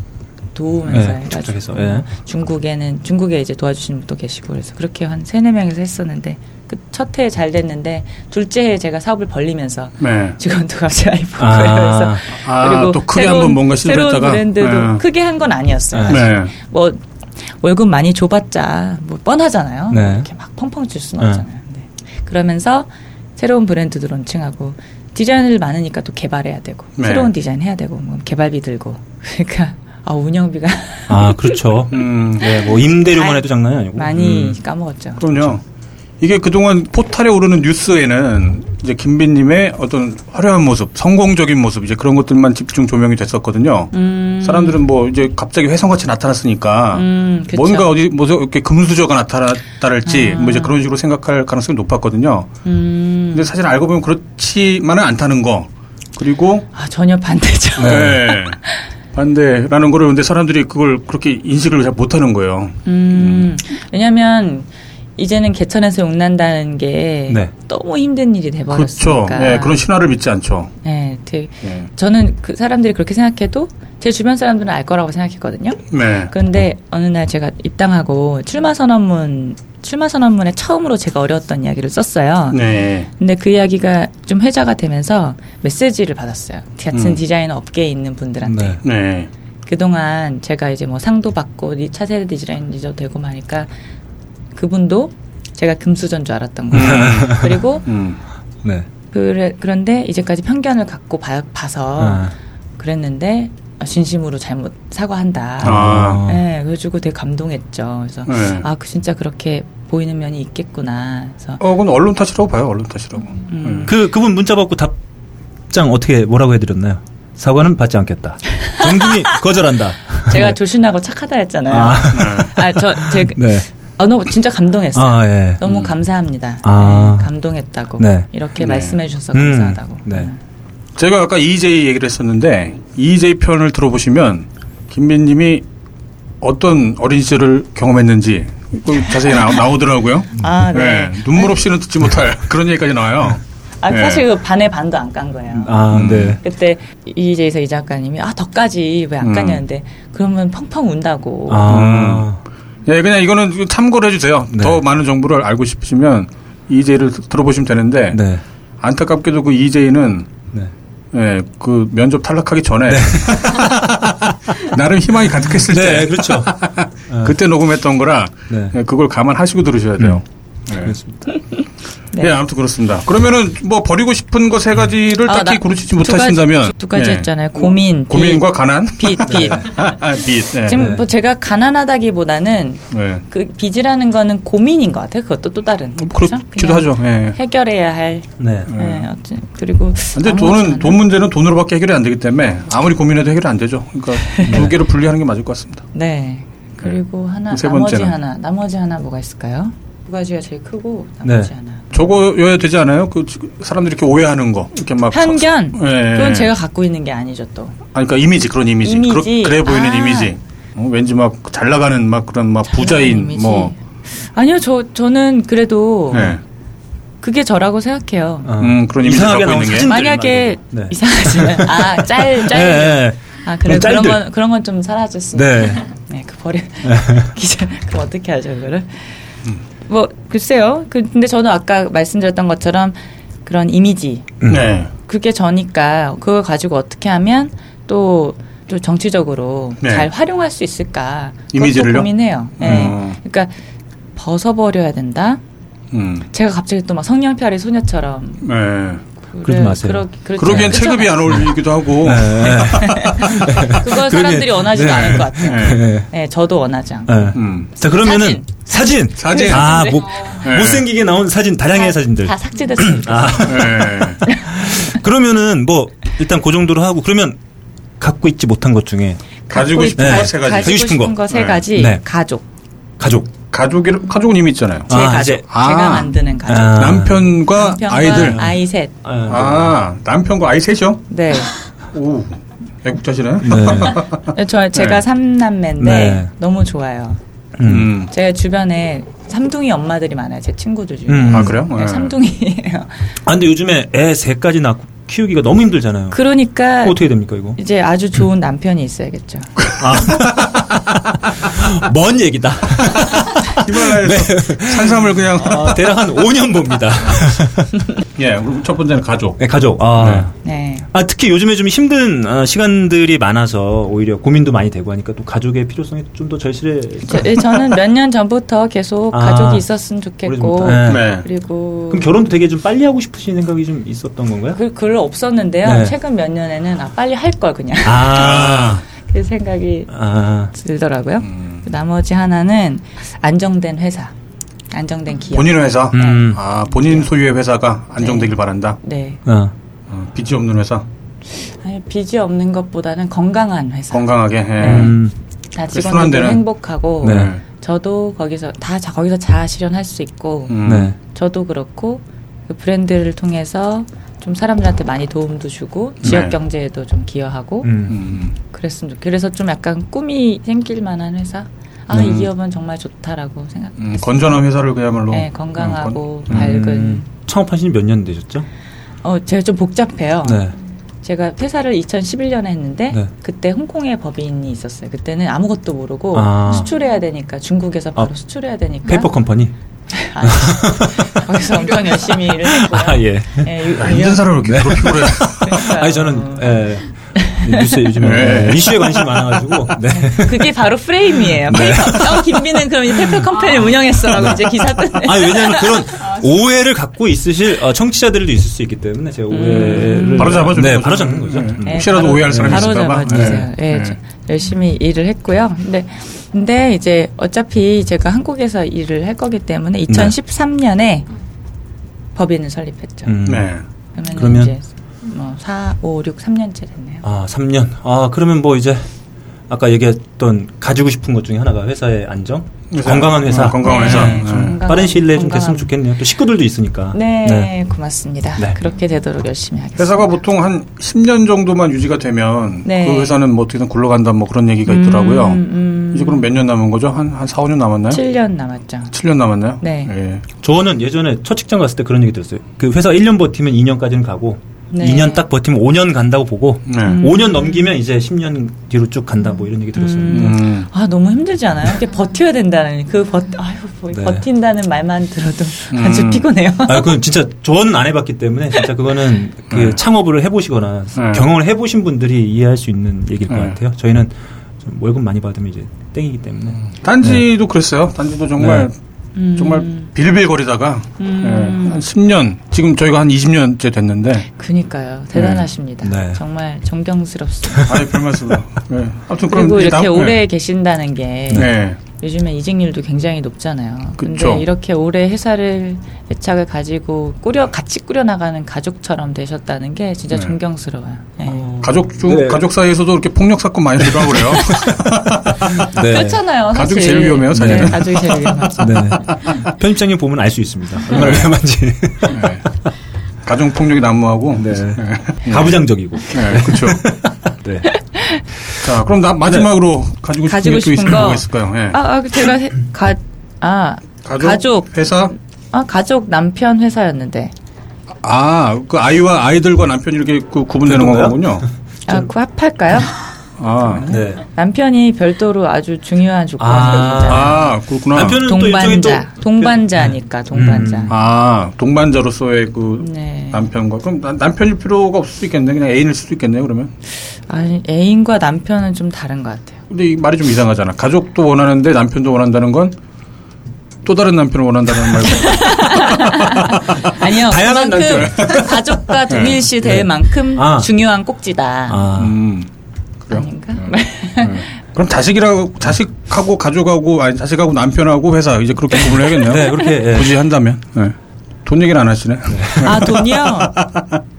도우면서 네, 해가지고 축적해서, 예. 중국에는 중국에 이제 도와주시는 분도 계시고 그래서 그렇게 한 세네 명이서 했었는데 그 첫 해에 잘 됐는데 둘째 해에 제가 사업을 벌리면서 네. 직원도 [laughs] 갑자기 보고요. 아. 그래서 아, 또 크게 새로운- 한번 뭔가 시도를 새로운 했다가. 브랜드도 네. 크게 한 건 아니었어요. 사실. 네. 뭐 월급 많이 줘봤자 뭐 뻔하잖아요. 네. 이렇게 막 펑펑 줄 수는 네. 없잖아요. 네. 그러면서 새로운 브랜드도 런칭하고 디자인을 많으니까 또 개발해야 되고 네. 새로운 디자인 해야 되고 뭐 개발비 들고 [laughs] 그러니까 아 운영비가 [laughs] 아, 그렇죠. 음. 네, 뭐 임대료만 해도 장난이 아니고. 많이 음. 까먹었죠. 그럼요. 이게 그동안 포탈에 오르는 뉴스에는 이제 김빈님의 어떤 화려한 모습, 성공적인 모습, 이제 그런 것들만 집중 조명이 됐었거든요. 음, 사람들은 뭐 이제 갑자기 회성같이 나타났으니까 음, 그쵸. 아. 뭔가 어디 뭐 이렇게 금수저가 나타났다랄지 뭐 이제 그런 식으로 생각할 가능성이 높았거든요. 음, 근데 사실 알고 보면 그렇지만은 않다는 거 그리고 아 전혀 반대죠. 네. 반대라는 거를 근데 사람들이 그걸 그렇게 인식을 잘 못하는 거예요. 음, 왜냐하면 이제는 개천에서 용난다는 게 네. 너무 힘든 일이 그렇죠. 돼버렸으니까. 네, 그런 신화를 믿지 않죠. 네, 되게 네. 저는 그 사람들이 그렇게 생각해도 제 주변 사람들은 알 거라고 생각했거든요. 네. 그런데 어느 날 제가 입당하고 출마 선언문 출마 선언문에 처음으로 제가 어려웠던 이야기를 썼어요. 네. 근데 그 이야기가 좀 회자가 되면서 메시지를 받았어요. 같은 음. 디자인 업계에 있는 분들한테. 네. 네. 그동안 제가 이제 뭐 상도 받고 이 차세대 디자이너도 되고 하니까 그분도 제가 금수저인 줄 알았던 거예요. 그리고 음. 네. 그래, 그런데 이제까지 편견을 갖고 봐, 봐서 아. 그랬는데 아, 진심으로 잘못 사과한다. 아. 예, 그래가지고 되게 감동했죠. 그래서 네. 아, 그 진짜 그렇게 보이는 면이 있겠구나. 그래서 어, 그건 언론 탓이라고 봐요. 언론 탓이라고. 음. 네. 그 그분 문자 받고 답장 어떻게 뭐라고 해드렸나요? 사과는 받지 않겠다. [laughs] 정중히 거절한다. 제가 조신하고 착하다 했잖아요. 네. 아. 아, 저, 제, 네. 어, 아, 너무 진짜 감동했어요. 아, 예. 너무 감사합니다. 아. 네, 감동했다고 네. 이렇게 네. 말씀해 주셔서 음, 감사하다고. 네. 제가 아까 EJ 얘기를 했었는데 EJ 편을 들어보시면 김민님이 어떤 어린 시절을 경험했는지 그 자세히 나, 오더라고요 아, 네. 눈물 없이는 듣지 못할 그런 얘기까지 나와요. 아, 네. 사실 그 반의 반도 안 깐 거예요. 아, 음. 네. 그때 이재에서 이 작가님이 아 덕까지 왜 안 음. 가냐는데 그러면 펑펑 운다고. 아, 예, 그냥 이거는 참고를 해주세요. 더 많은 정보를 알고 싶으시면 EJ를 들어보시면 되는데 네. 안타깝게도 그 EJ는 네. 예, 그 면접 탈락하기 전에 [laughs] 나름 희망이 가득했을 네, 때 그렇죠. 그때 녹음했던 거라 네. 음. 예, 그걸 감안하시고 들으셔야 돼요. 예. 그렇습니다. 네. 예, 아무튼 그렇습니다. 그러면은 뭐 버리고 싶은 거 세 가지를 아, 딱히 나- 고르시지 두 못하신다면 가지- 두 가지 예. 했잖아요. 고민, 고민과 가난, [laughs] 빛, 빛. 아, 빚. 예. 네. 지금 뭐 제가 가난하다기보다는 예. 그 빚이라는 거는 고민인 것 같아요. 그것도 또 다른. 그렇기도 그냥 하죠. 예. 해결해야 할. 네. 예, 어째- 그리고. 근데 아무렇지 돈은 않은- 돈 문제는 돈으로밖에 해결이 안 되기 때문에 아무리 고민해도 해결이 안 되죠. 그러니까 두 개로 분리하는 게 맞을 것 같습니다. 네. 그리고 하나, 세 나머지 번째는? 하나, 나머지 하나 뭐가 있을까요? 두 가지가 제일 크고, 나머지 네. 하나. 저거여야 되지 않아요? 그 지- 사람들이 이렇게 오해하는 거 이렇게 막 편견? 예. 그건 제가 갖고 있는 게 아니죠, 또. 아니, 그러니까 이미지 그런 이미지, 이미지. 그래 보이는 아. 이미지. 어, 왠지 막 잘 나가는 막 그런 막 부자인 이미지. 뭐 아니요, 저, 저는 그래도 음. 예. 그게 저라고 생각해요. 아. 음, 그런 이미지 이상하게 갖고 나온 있는 게. 사진들이 만약에 말고. 네. 이상하지만 아, 짤, 짤. 예, 아, 그래 짤들. 그런 건 그런 건 좀 사라졌습니다. 네. [laughs] 네, 그 버려. 기자, 그럼 어떻게 하죠, 그거를? 뭐 글쎄요. 그, 근데 저는 아까 말씀드렸던 것처럼 그런 이미지 음. 네. 그게 저니까 그걸 가지고 어떻게 하면 또, 또 정치적으로 네. 잘 활용할 수 있을까 그것도 이미지를요? 고민해요. 네. 음. 그러니까 벗어버려야 된다. 음. 제가 갑자기 또 막 성냥팔이 소녀처럼 네. 그래, 마세요. 그러, 그렇죠. 그러기엔 그렇죠. 체급이 안 어울리기도 하고. 네. 그거 사람들이 원하지도 네. 않을 것 같아요. 네. 네. 네, 저도 원하지 않고. 네. 음. 예. 자, 그러면은 사진. 사진. 아, 뭐, 네. 못생기게 나온 사진, 다량의 사진들. 다 삭제됐습니다. 아, 아. 네. 그러면은 뭐 일단 그 정도로 하고 그러면 갖고 있지 못한 것 중에 가지고 싶은 네. 거 세 가지. 가지고 싶은 거 세 네. 가지. 네. 가족. 가족. 가족이 가족은 이미 있잖아요. 제 아, 가족. 이제- 아. 제가 만드는 가족. 아. 남편과 남편과 아이들. 아이 셋. 음. 아, 남편과 아이 셋이요? 네. 오. 애국자시네. [laughs] 네. 저 제가 네. 삼남매인데 네. 너무 좋아요. 음. 음. 제 주변에 삼둥이 엄마들이 많아요. 제 친구들 중에. 음. 아, 그래요? 네, 네. [laughs] 삼둥이에요. 아, 근데 요즘에 애 세까지 낳고 키우기가 너무 힘들잖아요. 그거 그러니까 어떻게 됩니까 이거? 이제 아주 좋은 남편이 있어야겠죠. [laughs] 먼 얘기다. 네. 히말라야에서 산삼을 그냥 어. 아, 대략 한 5년 봅니다. 예, 그리고 첫 번째는 가족. 네, 가족. 아. 네. 아, 특히 요즘에 좀 힘든 어, 시간들이 많아서 오히려 고민도 많이 되고 하니까 또 가족의 필요성이 좀 더 절실해. 저, 예, 저는 몇 년 전부터 계속 그러니까. 아, 가족이 있었으면 좋겠고 오래전부터. 네. 네. 그리고 그럼 결혼도 되게 좀 빨리 하고 싶으신 생각이 좀 있었던 건가요? 그, 글 없었는데요. 네. 최근 몇 년에는 아 빨리 할 걸 그냥 [laughs] 아, 그 생각이 아, 들더라고요. 음. 나머지 하나는 안정된 회사, 안정된 기업. 본인 회사. 음, 아, 본인 소유의 회사가 안정되길 바란다. 예. 네, 아, 어, 빚이 없는 회사. 아니, 빚이 없는 것보다는 건강한 회사. 건강하게. 예. 음, 다 그 직원들도 순환되는- 음. 행복하고 네. 저도 거기서 다 자- 거기서 자아 실현할 수 있고 음. 네, 저도 그렇고 그 브랜드를 통해서 좀 사람들한테 많이 도움도 주고 지역 네. 경제에도 좀 기여하고 음, 음. 그랬으면 좋. 그래서 좀 약간 꿈이 생길 만한 회사. 아 이 음. 기업은 정말 좋다라고 생각. 음, 건전한 회사를 그야말로. 네 건강하고 음, 밝은. 창업하신 지 몇 년 되셨죠? 어 제가 좀 복잡해요. 네, 제가 회사를 2011년에 했는데 네. 그때 홍콩에 법인이 있었어요. 그때는 아무것도 모르고 아. 수출해야 되니까 중국에서 바로 아, 수출해야 되니까 페이퍼 컴퍼니. [laughs] 아니, 거기서 엄청 열심히 일을 했고요. 아, 예. 예, 유- 건- 야, 유연- 힘든 사람을 이렇게 그렇게 [laughs] 오래. 그러니까요. 아니 저는 예, 뉴스에 요즘에 네. 예, 이슈에 관심이 많아가지고 네. 그게 바로 프레임이에요. 페이퍼. 어, 김비는 그럼 이 페이퍼 컴퍼니를 운영했어라고 이제 기사 뜨네. 아 왜냐하면 그런 오해를 갖고 있으실 어, 청취자들도 있을 수 있기 때문에 제가 오해를 바로 잡아주는 네, 거죠. 바로 잡는 거죠. 음. 음. 네, 혹시라도 오해할 사람이 바로 있을까 봐. 잡아주세요. 네. 예, 네. 저- 열심히 일을 했고요. 근데 근데 이제 어차피 제가 한국에서 일을 할 거기 네. 때문에 2013년에 법인을 설립했죠. 음. 네. 그러면, 그러면? 이제 뭐 4, 5, 6, 3년째 됐네요. 아 3년. 아 그러면 뭐 이제 아까 얘기했던 가지고 싶은 것 중에 하나가 회사의 안정, 회사. 건강한 회사. 어, 건강한 회사. 네, 좀 네. 빠른 시일 내에 좀 건강한. 됐으면 좋겠네요. 또 식구들도 있으니까. 네, 고맙습니다. 네. 그렇게 되도록 열심히 하겠습니다. 아, 회사가 뭐 보통 한 10년 정도만 유지가 되면 네. 음, 그 회사는 뭐 어떻게든 굴러간다 뭐 그런 얘기가 있더라고요. 이제 그럼 몇 년 남은 거죠? 한, 한 4, 5년 남았나요? 7년 남았죠. 7년 남았나요? 네. 예. 저는 예전에 첫 직장 갔을 때 그런 얘기 들었어요. 그 회사 1년 버티면 2년까지는 가고 네. 2년 딱 버티면 5년 간다고 보고 네. 음. 5년 넘기면 이제 10년 뒤로 쭉 간다 뭐 이런 얘기 들었었는데 음. 아 너무 힘들지 않아요? 이렇게 버텨야 된다는 그 버, 아유, 뭐 네. 버틴다는 말만 들어도 음. 아주 피곤해요. 아, 그건 진짜 저는 안 해봤기 때문에 진짜 그거는 그 네. 창업을 해보시거나 네. 경험을 해보신 분들이 이해할 수 있는 얘기일 것 네. 같아요. 저희는 좀 월급 많이 받으면 이제 땡이기 때문에 음, 딴지도 그랬어요. 딴지도 정말 네. 음. 정말 빌빌거리다가 음. 예, 한 10년 지금 저희가 한 20년째 됐는데 그니까요. 대단하십니다. 네. 정말 정말 존경스럽습니다. 아니 별 말씀을. 네. 아무튼 그럼 그리고 이제 이렇게 다음- 오래 계신다는 게 네. 네. 요즘에 이직률도 굉장히 높잖아요. 그쵸. 근데 이렇게 오래 회사를 애착을 가지고 꾸려 같이 꾸려 나가는 가족처럼 되셨다는 게 진짜 네. 존경스러워요. 네. 가족 중 [laughs] 네. 가족 사이에서도 이렇게 폭력 사건 많이 일어나고 [laughs] 그래요. 네. 그렇잖아요. 가족이 사실. 제일 위험해요, 사실은. 네, 가족이 제일 [laughs] 위험하죠. 네. 편집장님 보면 알 수 있습니다. 얼마나 위험한지 네. 가정 폭력이 난무하고. 네. 가부장적이고. 그렇죠. 네. 자, 그럼 나 마지막으로 가지고 싶은 가지고 게 또 싶은 있으면 거. 뭐가 있을까요? 예. 아, 아 제가 해- 가, 아, 가족, 가족. 회사. 아, 가족 남편 회사였는데. 아, 그 아이와 아이들과 남편이 이렇게 그 구분되는 그런가요? 거군요. 아, [laughs] 그 합할까요? 아. 네. 남편이 별도로 아주 중요한 조건이잖아요. 아, 그렇구나. 남편은 또 일종의 또 그, 동반자, 동반자니까 동반자. 음. 아, 동반자로서의 그 네. 남편과 그럼 나- 남편일 필요가 없을 수도 있겠네. 그냥 애인일 수도 있겠네요. 그러면. 아니, 애인과 남편은 좀 다른 것 같아요. 근데 이 말이 좀 이상하잖아. 가족도 원하는데 남편도 원한다는 건 또 다른 남편을 원한다는 말과 아니요, 다양한 그만큼 가족과 동일시 될 만큼 아. 중요한 꼭지다. 그러니까? 아. 음, 그래요. 아닌가? 네. 그럼 자식이라고 자식하고 가족하고 아니 자식하고 남편하고 회사 이제 그렇게 구분해야겠네요. 네, 그렇게, 예. 굳이 한다면. 네. 돈 얘기는 안 하시네. 아, 돈이요?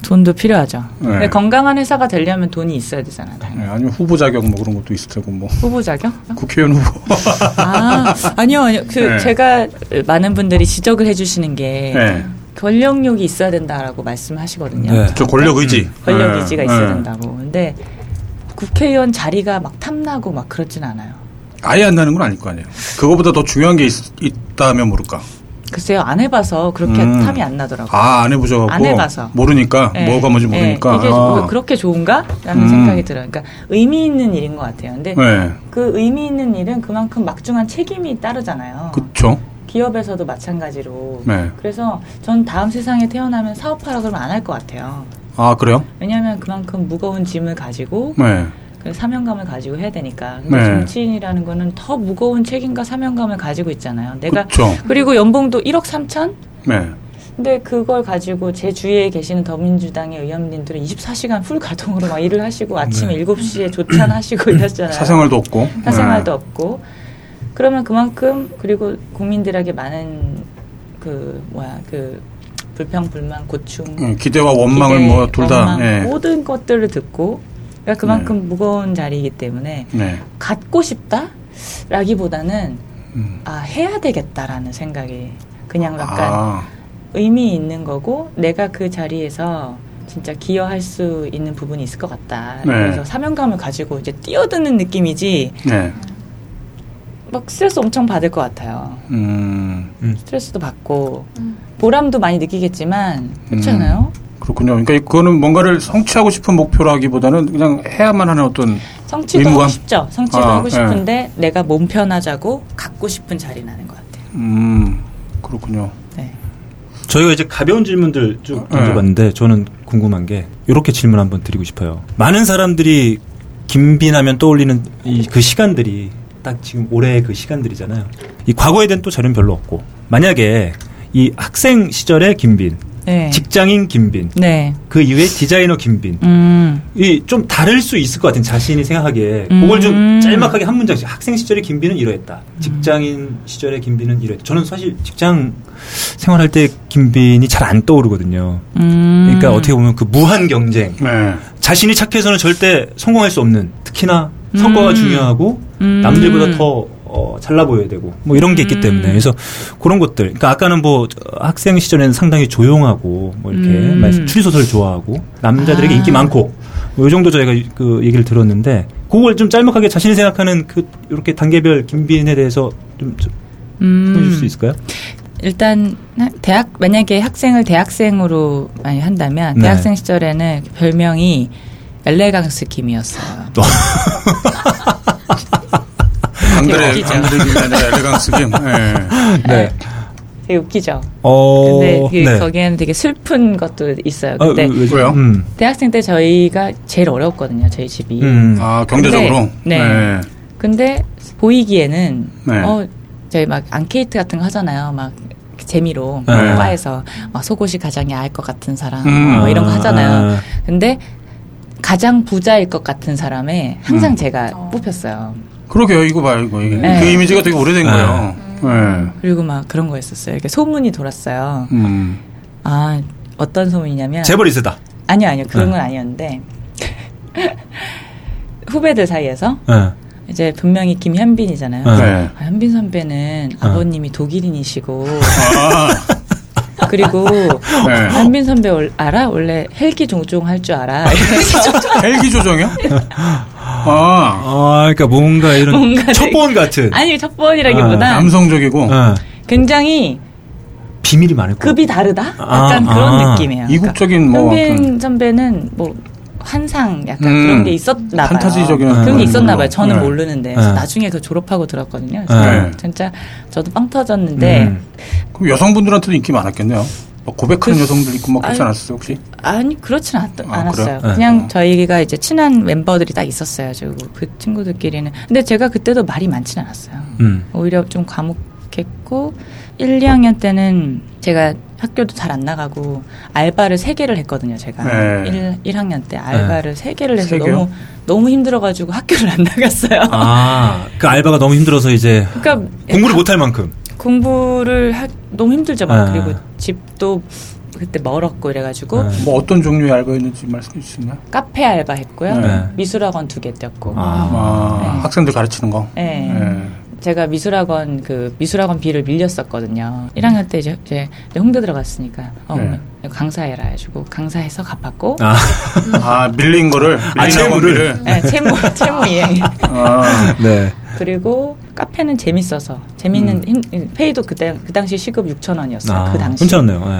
돈도 필요하죠. 네. 근데 건강한 회사가 되려면 돈이 있어야 되잖아요. 당연히. 네, 아니면 후보 자격 뭐 그런 것도 있을 테고 뭐 후보 자격? 국회의원 후보. 아, 아니요, 아니요. 그, 네. 제가 많은 분들이 지적을 해주시는 게, 네. 권력욕이 있어야 된다라고 말씀하시거든요. 네. 저 권력 의지. 권력 네, 의지가 네. 있어야 된다고. 근데 국회의원 자리가 막 탐나고 막 그렇진 않아요. 아예 안 나는 건 아닐 거 아니에요. 그거보다 더 중요한 게 있, 있다면 모를까. 글쎄요, 안 해봐서 그렇게 음. 탐이 안 나더라고요. 아, 안 해보셔가지고. 안 해봐서. 모르니까. 예. 뭐가 뭔지 예, 모르니까. 이게 아. 뭐 그렇게 좋은가? 라는 음. 생각이 들어요. 그러니까 의미 있는 일인 것 같아요. 근데 네. 그 의미 있는 일은 그만큼 막중한 책임이 따르잖아요. 그쵸. 기업에서도 마찬가지로. 네. 그래서 전 다음 세상에 태어나면 사업하라 그러면 안 할 것 같아요. 아, 그래요? 왜냐하면 그만큼 무거운 짐을 가지고 네. 그 사명감을 가지고 해야 되니까. 근데 네. 정치인이라는 거는 더 무거운 책임과 사명감을 가지고 있잖아요. 내가 그쵸. 그리고 연봉도 1억 3천? 네. 근데 그걸 가지고 제 주위에 계시는 더민주당의 의원님들은 24시간 풀 가동으로 막 일을 하시고 아침에 7시에 조찬하시고 이러잖아요. 네. 음. 사생활도 네. 없고. 예. 사생활도 없고. 그러면 그만큼 그리고 국민들에게 많은 그 뭐야 그 불평 불만 고충 네. 음, 기대와 원망을 기대, 뭐 둘 다. 네. 원망, 예. 모든 것들을 듣고 그러니까 그만큼 무거운 자리이기 때문에 네. 갖고 싶다라기보다는 음. 아 해야 되겠다라는 생각이 그냥 약간 아, 의미 있는 거고 내가 그 자리에서 진짜 기여할 수 있는 부분이 있을 것 같다. 네. 그래서 사명감을 가지고 이제 뛰어드는 느낌이지 네. 막 스트레스 엄청 받을 것 같아요. 음, 스트레스도 받고 음. 보람도 많이 느끼겠지만 그렇지 음. 않아요? 그렇군요. 그러니까 그거는 뭔가를 성취하고 싶은 목표라기보다는 그냥 해야만 하는 어떤. 성취도 의무감? 하고 싶죠. 성취도 아, 하고 싶은데 내가 몸 편하자고 갖고 싶은 자리 나는 것 같아요. 음, 그렇군요. 네. 저희가 이제 가벼운 질문들 쭉 네. 던져봤는데 저는 궁금한 게 이렇게 질문 한번 드리고 싶어요. 많은 사람들이 김비나면 떠올리는 이 그 시간들이 딱 지금 올해의 그 시간들이잖아요. 이 과거에 대한 또 자료는 별로 없고 만약에 이 학생 시절의 김빈, 네. 직장인 김빈, 네. 그 이후에 디자이너 김빈 음. 이 좀 다를 수 있을 것 같은 자신이 생각하기에 그걸 좀 음. 짤막하게 한 문장씩 학생 시절의 김비는 이러했다 직장인 시절의 김비는 이러했다 저는 사실 직장 생활할 때 김빈이 잘 안 떠오르거든요 음. [laughs] 그러니까 어떻게 보면 그 무한 경쟁 네. 자신이 착해서는 절대 성공할 수 없는 특히나 성과가 음. 중요하고 음. 남들보다 더 어, 잘나 보여야 되고 뭐 이런 게 있기 때문에 그래서 그런 것들 그러니까 아까는 뭐 어, 학생 시절에는 상당히 조용하고 뭐 이렇게 음. 말- 추리소설 좋아하고 남자들에게 아. 인기 많고 뭐이 정도 저희가 그 얘기를 들었는데 그걸 좀 짤막하게 자신이 생각하는 그 이렇게 단계별 김빈에 대해서 좀, 좀 음. 해줄 수 [laughs] 있을까요? 일단 하- 대학 만약에 학생을 대학생으로 많이 한다면 네. 대학생 시절에는 별명이 엘레 강스 김이었어요. 강들의 웃기죠. 강들의 김이 [laughs] 아니라 엘레강스 김. 예. 네. 되게 웃기죠. 어. 근데 그 네. 거기에는 네. 되게 슬픈 것도 있어요. 아, 근데 왜죠? 왜요? 음. 대학생 때 저희가 제일 어려웠거든요. 저희 집이. 음. 아 경제적으로. 네. 예. 근데 보이기에는 네. 어 저희 막 앙케이트 같은 거 하잖아요. 막 재미로 네. 과에서 막 속옷이 가장 야할 것 같은 사람 음. 뭐 이런 거 하잖아요. 아. 근데 가장 부자일 것 같은 사람에 항상 음. 제가 어. 뽑혔어요. 그러게요 이거 봐요 이거. 이게. 네. 그 이미지가 되게 오래된 네. 거예요. 예. 그리고 막 그런 거였었어요. 이렇게 소문이 돌았어요. 음. 아 어떤 소문이냐면 재벌 이세다. 아니요 아니요 그런 네. 건 아니었는데 [laughs] 후배들 사이에서 네. 이제 분명히 김현빈이잖아요. 네. 네. 아, 현빈 선배는 어. 아버님이 독일인이시고 아, 그리고 네. 현빈 선배 올- 알아? 원래 헬기 종종 할 줄 알아. 이러면서 헬기 조정이요? 아 아, 그러니까 뭔가 이런 뭔가 첩보원 같은. [laughs] 아니 첫 번이라기보다 네, 남성적이고 어. 굉장히 비밀이 많을 거. 급이 다르다. 아, 약간 그런 아. 느낌이에요. 그러니까 이국적인 뭐 현빈 선배는 뭐 환상 약간 음. 그런 게 있었나 봐요. 판타지적인 그런 그런 게 있었나 봐요. 거. 저는 네. 모르는데 그래서 네. 나중에 그 졸업하고 들었거든요. 그래서 네. 진짜 저도 빵 터졌는데 음. 그럼 여성분들한테도 인기 많았겠네요. 막 고백하는 그- 여성들 있고 막 그렇지 아유. 않았어요 혹시? 아니 그렇진 않, 아, 않았어요. 그래요? 그냥 네. 저희가 이제 친한 멤버들이 딱 있었어요. 저그 친구들끼리는. 근데 제가 그때도 말이 많진 않았어요. 음. 오히려 좀 과묵했고 1, 2학년 때는 제가 학교도 잘 안 나가고 알바를 세개를 했거든요, 제가. 네. 1, 학년때 알바를 세개를 해서 세 개요? 너무 너무 힘들어 가지고 학교를 안 나갔어요. 아, 그 알바가 너무 힘들어서 이제 [laughs] 그러니까 공부를 못할 만큼. 공부를 하, 너무 힘들죠. 막 네. 그리고 집도 그때 멀었고 이래 가지고 네. 뭐 어떤 종류의 알바였는지 말씀해 주시나요? 카페 알바 했고요. 네. 미술학원 두 개 뗐고. 아, 네. 학생들 가르치는 거. 네. 네. 제가 미술학원 그 미술학원 비를 밀렸었거든요. 1학년 때 이제, 이제 홍대 들어갔으니까 어, 네. 강사해라 해주고 강사해서 갚았고 아, 아 밀린 거를 밀린 아, 채무를. 학원비를. 네, 채무 채무 이행 아, 네. 그리고 카페는 재밌어서 재밌는 음. 힘- 페이도 그때 그 당시 시급 6천 원이었어요. 아, 그 당시 괜찮네요. 예.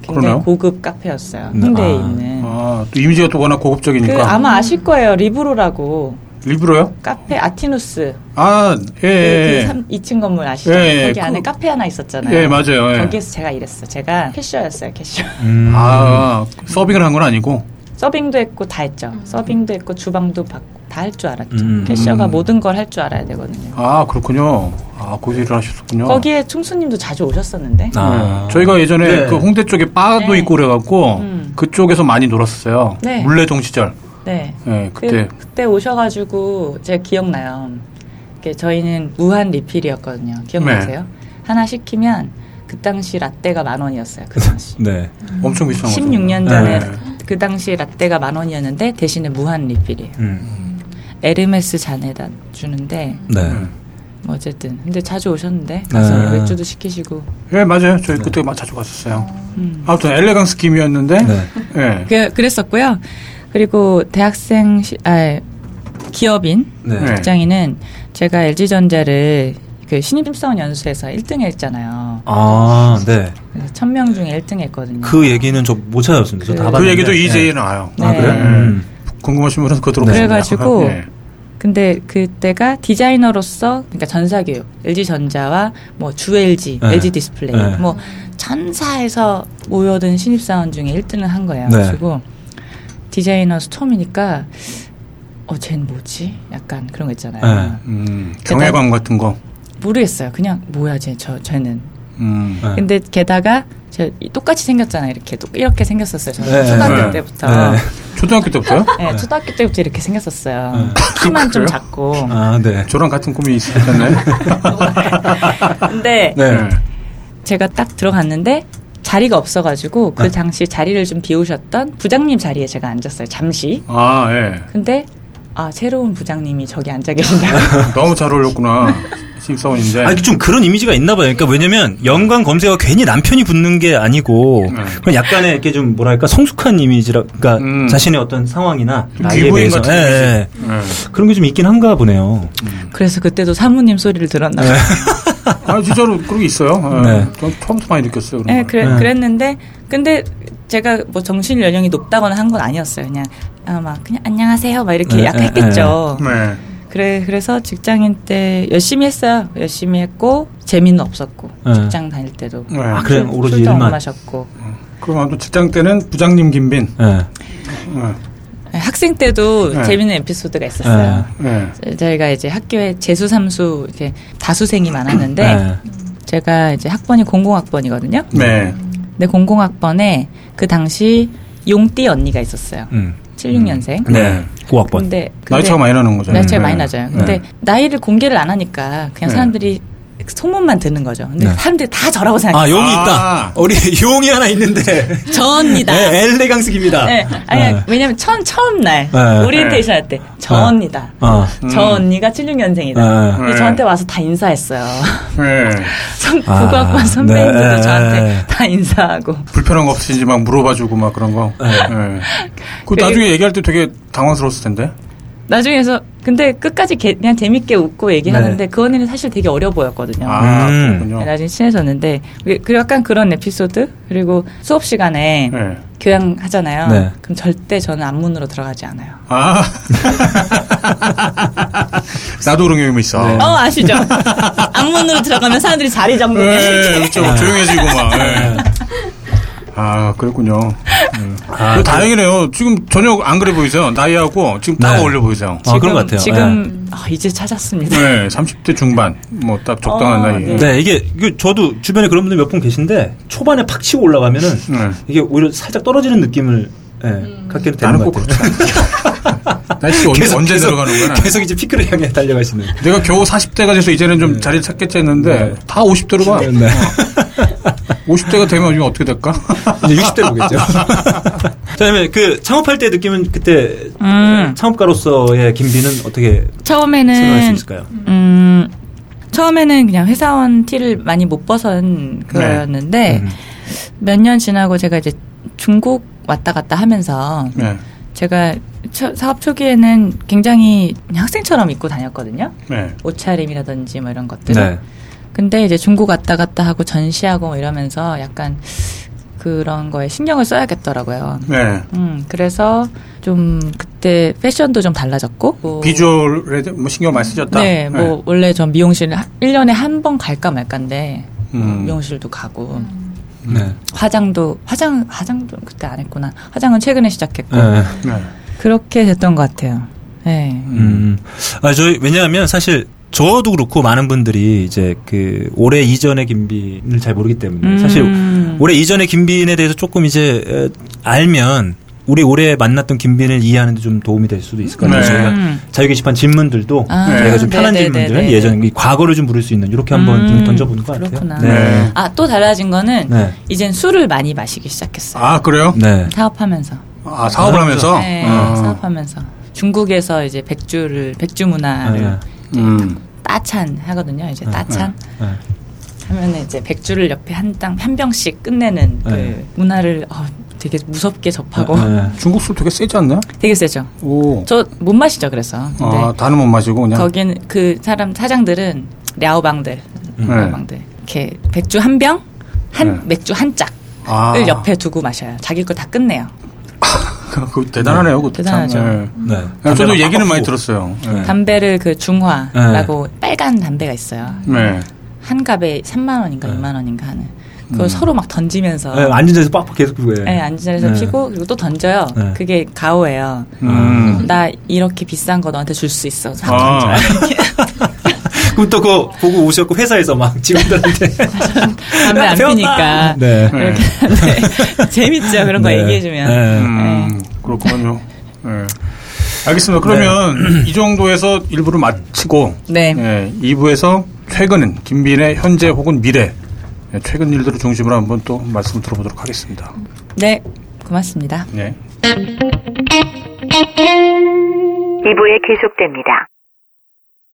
굉장히 그러네요. 고급 카페였어요. 음, 홍대에 아. 있는 아, 그러니까. 또 이미지가 또 워낙 고급적이니까 그 아마 아실 거예요. 리브로라고 일부러요? 카페 아티누스 아, 예, 그 예, 삼- 2층 건물 아시죠? 예, 예. 거기 안에 그- 카페 하나 있었잖아요. 예, 네. 맞아요. 예. 거기에서 제가 일했어요. 제가 캐셔였어요, [laughs] 캐셔. 음. 아, 서빙을 한 건 아니고. 서빙도 했고 다 했죠. 서빙도 했고 주방도 받고 다 할 줄 알았죠. 음. 캐셔가 모든 걸 할 줄 알아야 되거든요. 아, 그렇군요. 아, 거기서 일을 하셨군요. 거기에 총수님도 자주 오셨었는데. 네. 어. 아. 저희가 예전에 네. 그 홍대 쪽에 바도 네. 있고 그래갖고 음. 그쪽에서 많이 놀았었어요. 네. 물레동 시절. 네. 예, 그, 그때. 그때 오셔가지고 제가 기억나요. 이렇게 저희는 무한 리필이었거든요. 기억나세요? 네. 하나 시키면 그 당시 라떼가 만 원이었어요. 그 당시. 네. 엄청 비싼 거죠. 16년 전에 네. 그 당시 라떼가 만 원이었는데 대신에 무한 리필이에요. 음. 에르메스 잔에다 주는데 네. 예. 음. 뭐 어쨌든 근데 자주 오셨는데 네. 가서 맥주도 시키시고 예, 맞아요. 저희 그때 막 자주 갔었어요. 음. 아무튼 엘레강스 김이었는데, 네. 예. 그, 그랬었고요. 그리고 대학생 시, 아, 기업인 네. 네. 직장인은 제가 LG 전자를 그 신입 심사원 연수에서 1등 했잖아요. 아, 네. 1000명 중에 1등 했거든요. 그 얘기는 저 못 찾아봤습니다. 저다 그 그 봤는데. 얘기도 이제 예. 나와요. 네. 아, 그래요? 예. 음. 궁금하신 분은 그거 예. 들어보세요. 아, 그래가지고 네. 근데 그때가 디자이너로서 그러니까 전사 교육, LG 전자와 뭐 주 LG, 네. LG 디스플레이 네. 뭐 전사에서 모여든 신입 사원 중에 1등을 한 거예요. 네. 그리고 디자이너서 처음이니까 어, 쟨 뭐지? 약간 그런 거 있잖아요. 네. 음, 경외감 같은 거. 모르겠어요. 그냥 뭐야 쟤, 저 쟤는. 음. 네. 근데 게다가 저 이- 똑같이 생겼잖아요. 이렇게 똑- 이렇게 생겼었어요. 저는 네. 초등학교 네. 때부터. 네. 초등학교 때부터요? 네, 초등학교 때부터 이렇게 생겼었어요. 네. 키만 좀 그래요? 작고. 아, 네. 저랑 같은 꿈이 [laughs] 있으셨나요? 근데 네. 제가 딱 들어갔는데 자리가 없어가지고 그 네. 당시 자리를 좀 비우셨던 부장님 자리에 제가 앉았어요. 잠시. 아, 예. 근데 아 새로운 부장님이 저기 앉아 계신다고. 너무 잘 어울렸구나. 신입사원인데. 아, 좀 그런 이미지가 있나 봐요. 그러니까 왜냐면 연관 검색어 괜히 남편이 붙는 게 아니고 네. 그건 약간의 이렇게 좀 뭐랄까 성숙한 이미지라 그러니까 음. 자신의 어떤 상황이나 좀 나이에 귀부인 대해서 같은 예, 예. 네. 그런 게 좀 있긴 한가 보네요. [laughs] 그래서 그때도 사모님 소리를 들었나 봐요. 아, 진짜로 그런 게 있어요. 예. 네. 전 처음부터 많이 느꼈어요. 그런 네, 걸. 그래, 네. 그랬는데 근데 제가 뭐 정신 연령이 높다거나 한 건 아니었어요. 그냥 아, 막 그냥 안녕하세요 막 이렇게 네, 약했겠죠. 네. 그래 그래서 직장인 때 열심히 했어요. 열심히 했고 재미는 없었고 네. 직장 다닐 때도 네. 아, 그래 술- 오로지 술도 안 일만. 마셨고 그럼 아무튼 직장 때는 부장님 김빈. 예. 예. 네, 학생 때도 네. 재밌는 에피소드가 있었어요. 예. 예. 저희가 이제 학교에 재수 삼수 이렇게 다수생이 많았는데 예. 제가 이제 학번이 공공학번이거든요. 네. 근데 공공학번에 그 당시 용띠 언니가 있었어요. 음. 76년생. 네. 고학번. 근데, 근데 나이 차가 많이 나는 거죠. 나이 차가 네. 많이 나죠. 근데 나이를 공개를 안 하니까 네. 그냥 사람들이 소문만 듣는 거죠. 근데 네. 사람들이 다 저라고 생각해요. 아, 용이 아. 있다. 우리 [laughs] 용이 하나 [laughs] 있는데. 저입니다. 네, 엘레강스입니다. 예. 네, 아니, 왜냐면 처음 처음 날 네. 오리엔테이션 할 때 저언니다. 어. 저 언니가 76년생이다. 네. 근데 네. 저한테 와서 다 인사했어요. [laughs] 예. 선- 아, 국악과 선배님들도 네. 저한테 다 인사하고. 불편한 거 없으신지 막 물어봐주고 막 그런 거. 네. [laughs] 예. 그 되게- 나중에 얘기할 때 되게 당황스러웠을 텐데. 나중에서 근데 끝까지 개- 그냥 재밌게 웃고 얘기하는데 네. 그 언니는 사실 되게 어려 보였거든요. 네, 아, 음. 그렇군요. 나중에 친해졌는데 그리고 약간 그런 에피소드 그리고 수업 시간에 예. 교양 하잖아요. 네. 그럼 절대 저는 앞문으로 들어가지 않아요. [laughs] 아. 나도 그런 경험이 있어. 네. 어 아시죠? [laughs] 앞문으로 들어가면 사람들이 자리 네. 잡는 예, 아. 좀 조용해지고 막. 예. 아, 그랬군요. 네. 아, 그거 다행이네요. 지금 전혀 안 그래 보이세요. 나이하고 지금 딱 네. 어울려 보이세요. 아, 그런 것 같아요. 지금 아, 이제 찾았습니다. 네, 30대 중반. 뭐 딱 적당한 어, 나이. 네. 네, 이게, 이게 저도 주변에 그런 분들 몇 분 계신데 초반에 팍 치고 올라가면은 네. 이게 오히려 살짝 떨어지는 느낌을 예, 갖게 되는 나는 것 꼭 같아요. 그렇지 않아. 나 진짜 언제, 언제 들어가는 거야? 계속 이제 피크를 향해 달려가시는. 내가 겨우 40대가 돼서 이제는 좀 자리를 찾겠지 했는데 다 50대로 가. 네. 어. 50대가 되면 이제 어떻게 될까? [laughs] 이제 60대 보겠죠. 자, 그다음에 그 창업할 때 느낌은 그때 음. 창업가로서의 김비는 어떻게 설명할 수 처음에는 있을까요? 음 처음에는 그냥 회사원 티를 많이 못 벗은 거였는데 네. 음. 몇 년 지나고 제가 이제 중국 왔다 갔다 하면서 네. 제가 처- 사업 초기에는 굉장히 그냥 학생처럼 입고 다녔거든요. 네. 옷차림이라든지 뭐 이런 것들. 네. 근데 이제 중국 왔다 갔다 하고 전시하고 뭐 이러면서 약간 그런 거에 신경을 써야겠더라고요. 네. 음, 그래서 좀 그때 패션도 좀 달라졌고. 뭐- 비주얼에 대- 뭐 신경 많이 쓰셨다. 네, 뭐 원래 전 미용실 1년에 한 번 갈까 말까인데 어, 음. 미용실도 가고 네. 화장도 화장 화장도 그때 안 했구나. 화장은 최근에 시작했고 예. 네. 그렇게 됐던 것 같아요. 네. 음. 아, 저희, 왜냐하면 사실 저도 그렇고 많은 분들이 이제 그 올해 이전의 김빈을 잘 모르기 때문에 사실 음. 올해 이전의 김빈에 대해서 조금 이제 에, 알면 우리 올해 만났던 김빈을 이해하는데 좀 도움이 될 수도 있을 것 같아요. 네. 저희가 음. 자유 게시판 질문들도 아, 저희가 좀 편한 네네네네. 질문들은 예전 이 과거를 좀 물을 수 있는 이렇게 한번 좀 음, 던져보는 것 같아요. 그렇구나. 네. 아, 또 달라진 거는 네. 이젠 술을 많이 마시기 시작했어요. 아, 그래요? 네. 사업하면서. 아, 사업을 아, 하면서? 네, 어. 사업하면서. 중국에서 이제 백주를 백주 문화를 네. 음. 따찬 하거든요. 이제 따찬 네. 하면은 이제 백주를 옆에 한 땅 한 병씩 끝내는 네. 그 문화를 어, 되게 무섭게 접하고 네. 중국 술 되게 세지 않나? [laughs] 되게 세죠. 오. 저 못 마시죠. 그래서. 근데 아, 다는 못 마시고 그냥. 네. 거긴 그 사람 사장들은 랴오방들, 음. 랴오방들 이렇게 백주 한 병, 한 네. 맥주 한 짝을 아. 옆에 두고 마셔요. 자기 거 다 끝내요. [laughs] 그 대단하네요, 그거 참. 대단하죠. 예. 네. 아, 저도 담배랑 얘기는 빡빡 많이 피우고. 들었어요. 예. 네. 담배를 그 중화라고 빨간 담배가 있어요. 네. 한 갑에 3만 원인가 네. 음. 2만 원인가 하는. 그걸 서로 막 던지면서 네, 앉은 자리에서 빡빡 계속 피고. 예, 앉은 자리에서 네. 피고 그리고 또 던져요. 네. 그게 가오예요. 음. 나 이렇게 비싼 거 너한테 줄 수 있어. 아. 그럼 또 그거 보고 오셨고 회사에서 막 직원들한테 아, [laughs] 담배 안 피니까. 네. [laughs] 네. 네. [laughs] 재밌죠 그런 거 네. 얘기해주면. 네. 음, 그렇군요. 예. 알겠습니다. 그러면 이 정도에서 1부를 마치고 네. 예, 2부에서 최근 김빈의 현재 혹은 미래 예, 최근 일들을 중심으로 한번 또 말씀 들어보도록 하겠습니다. 네, 고맙습니다. 네. 2부에 계속됩니다.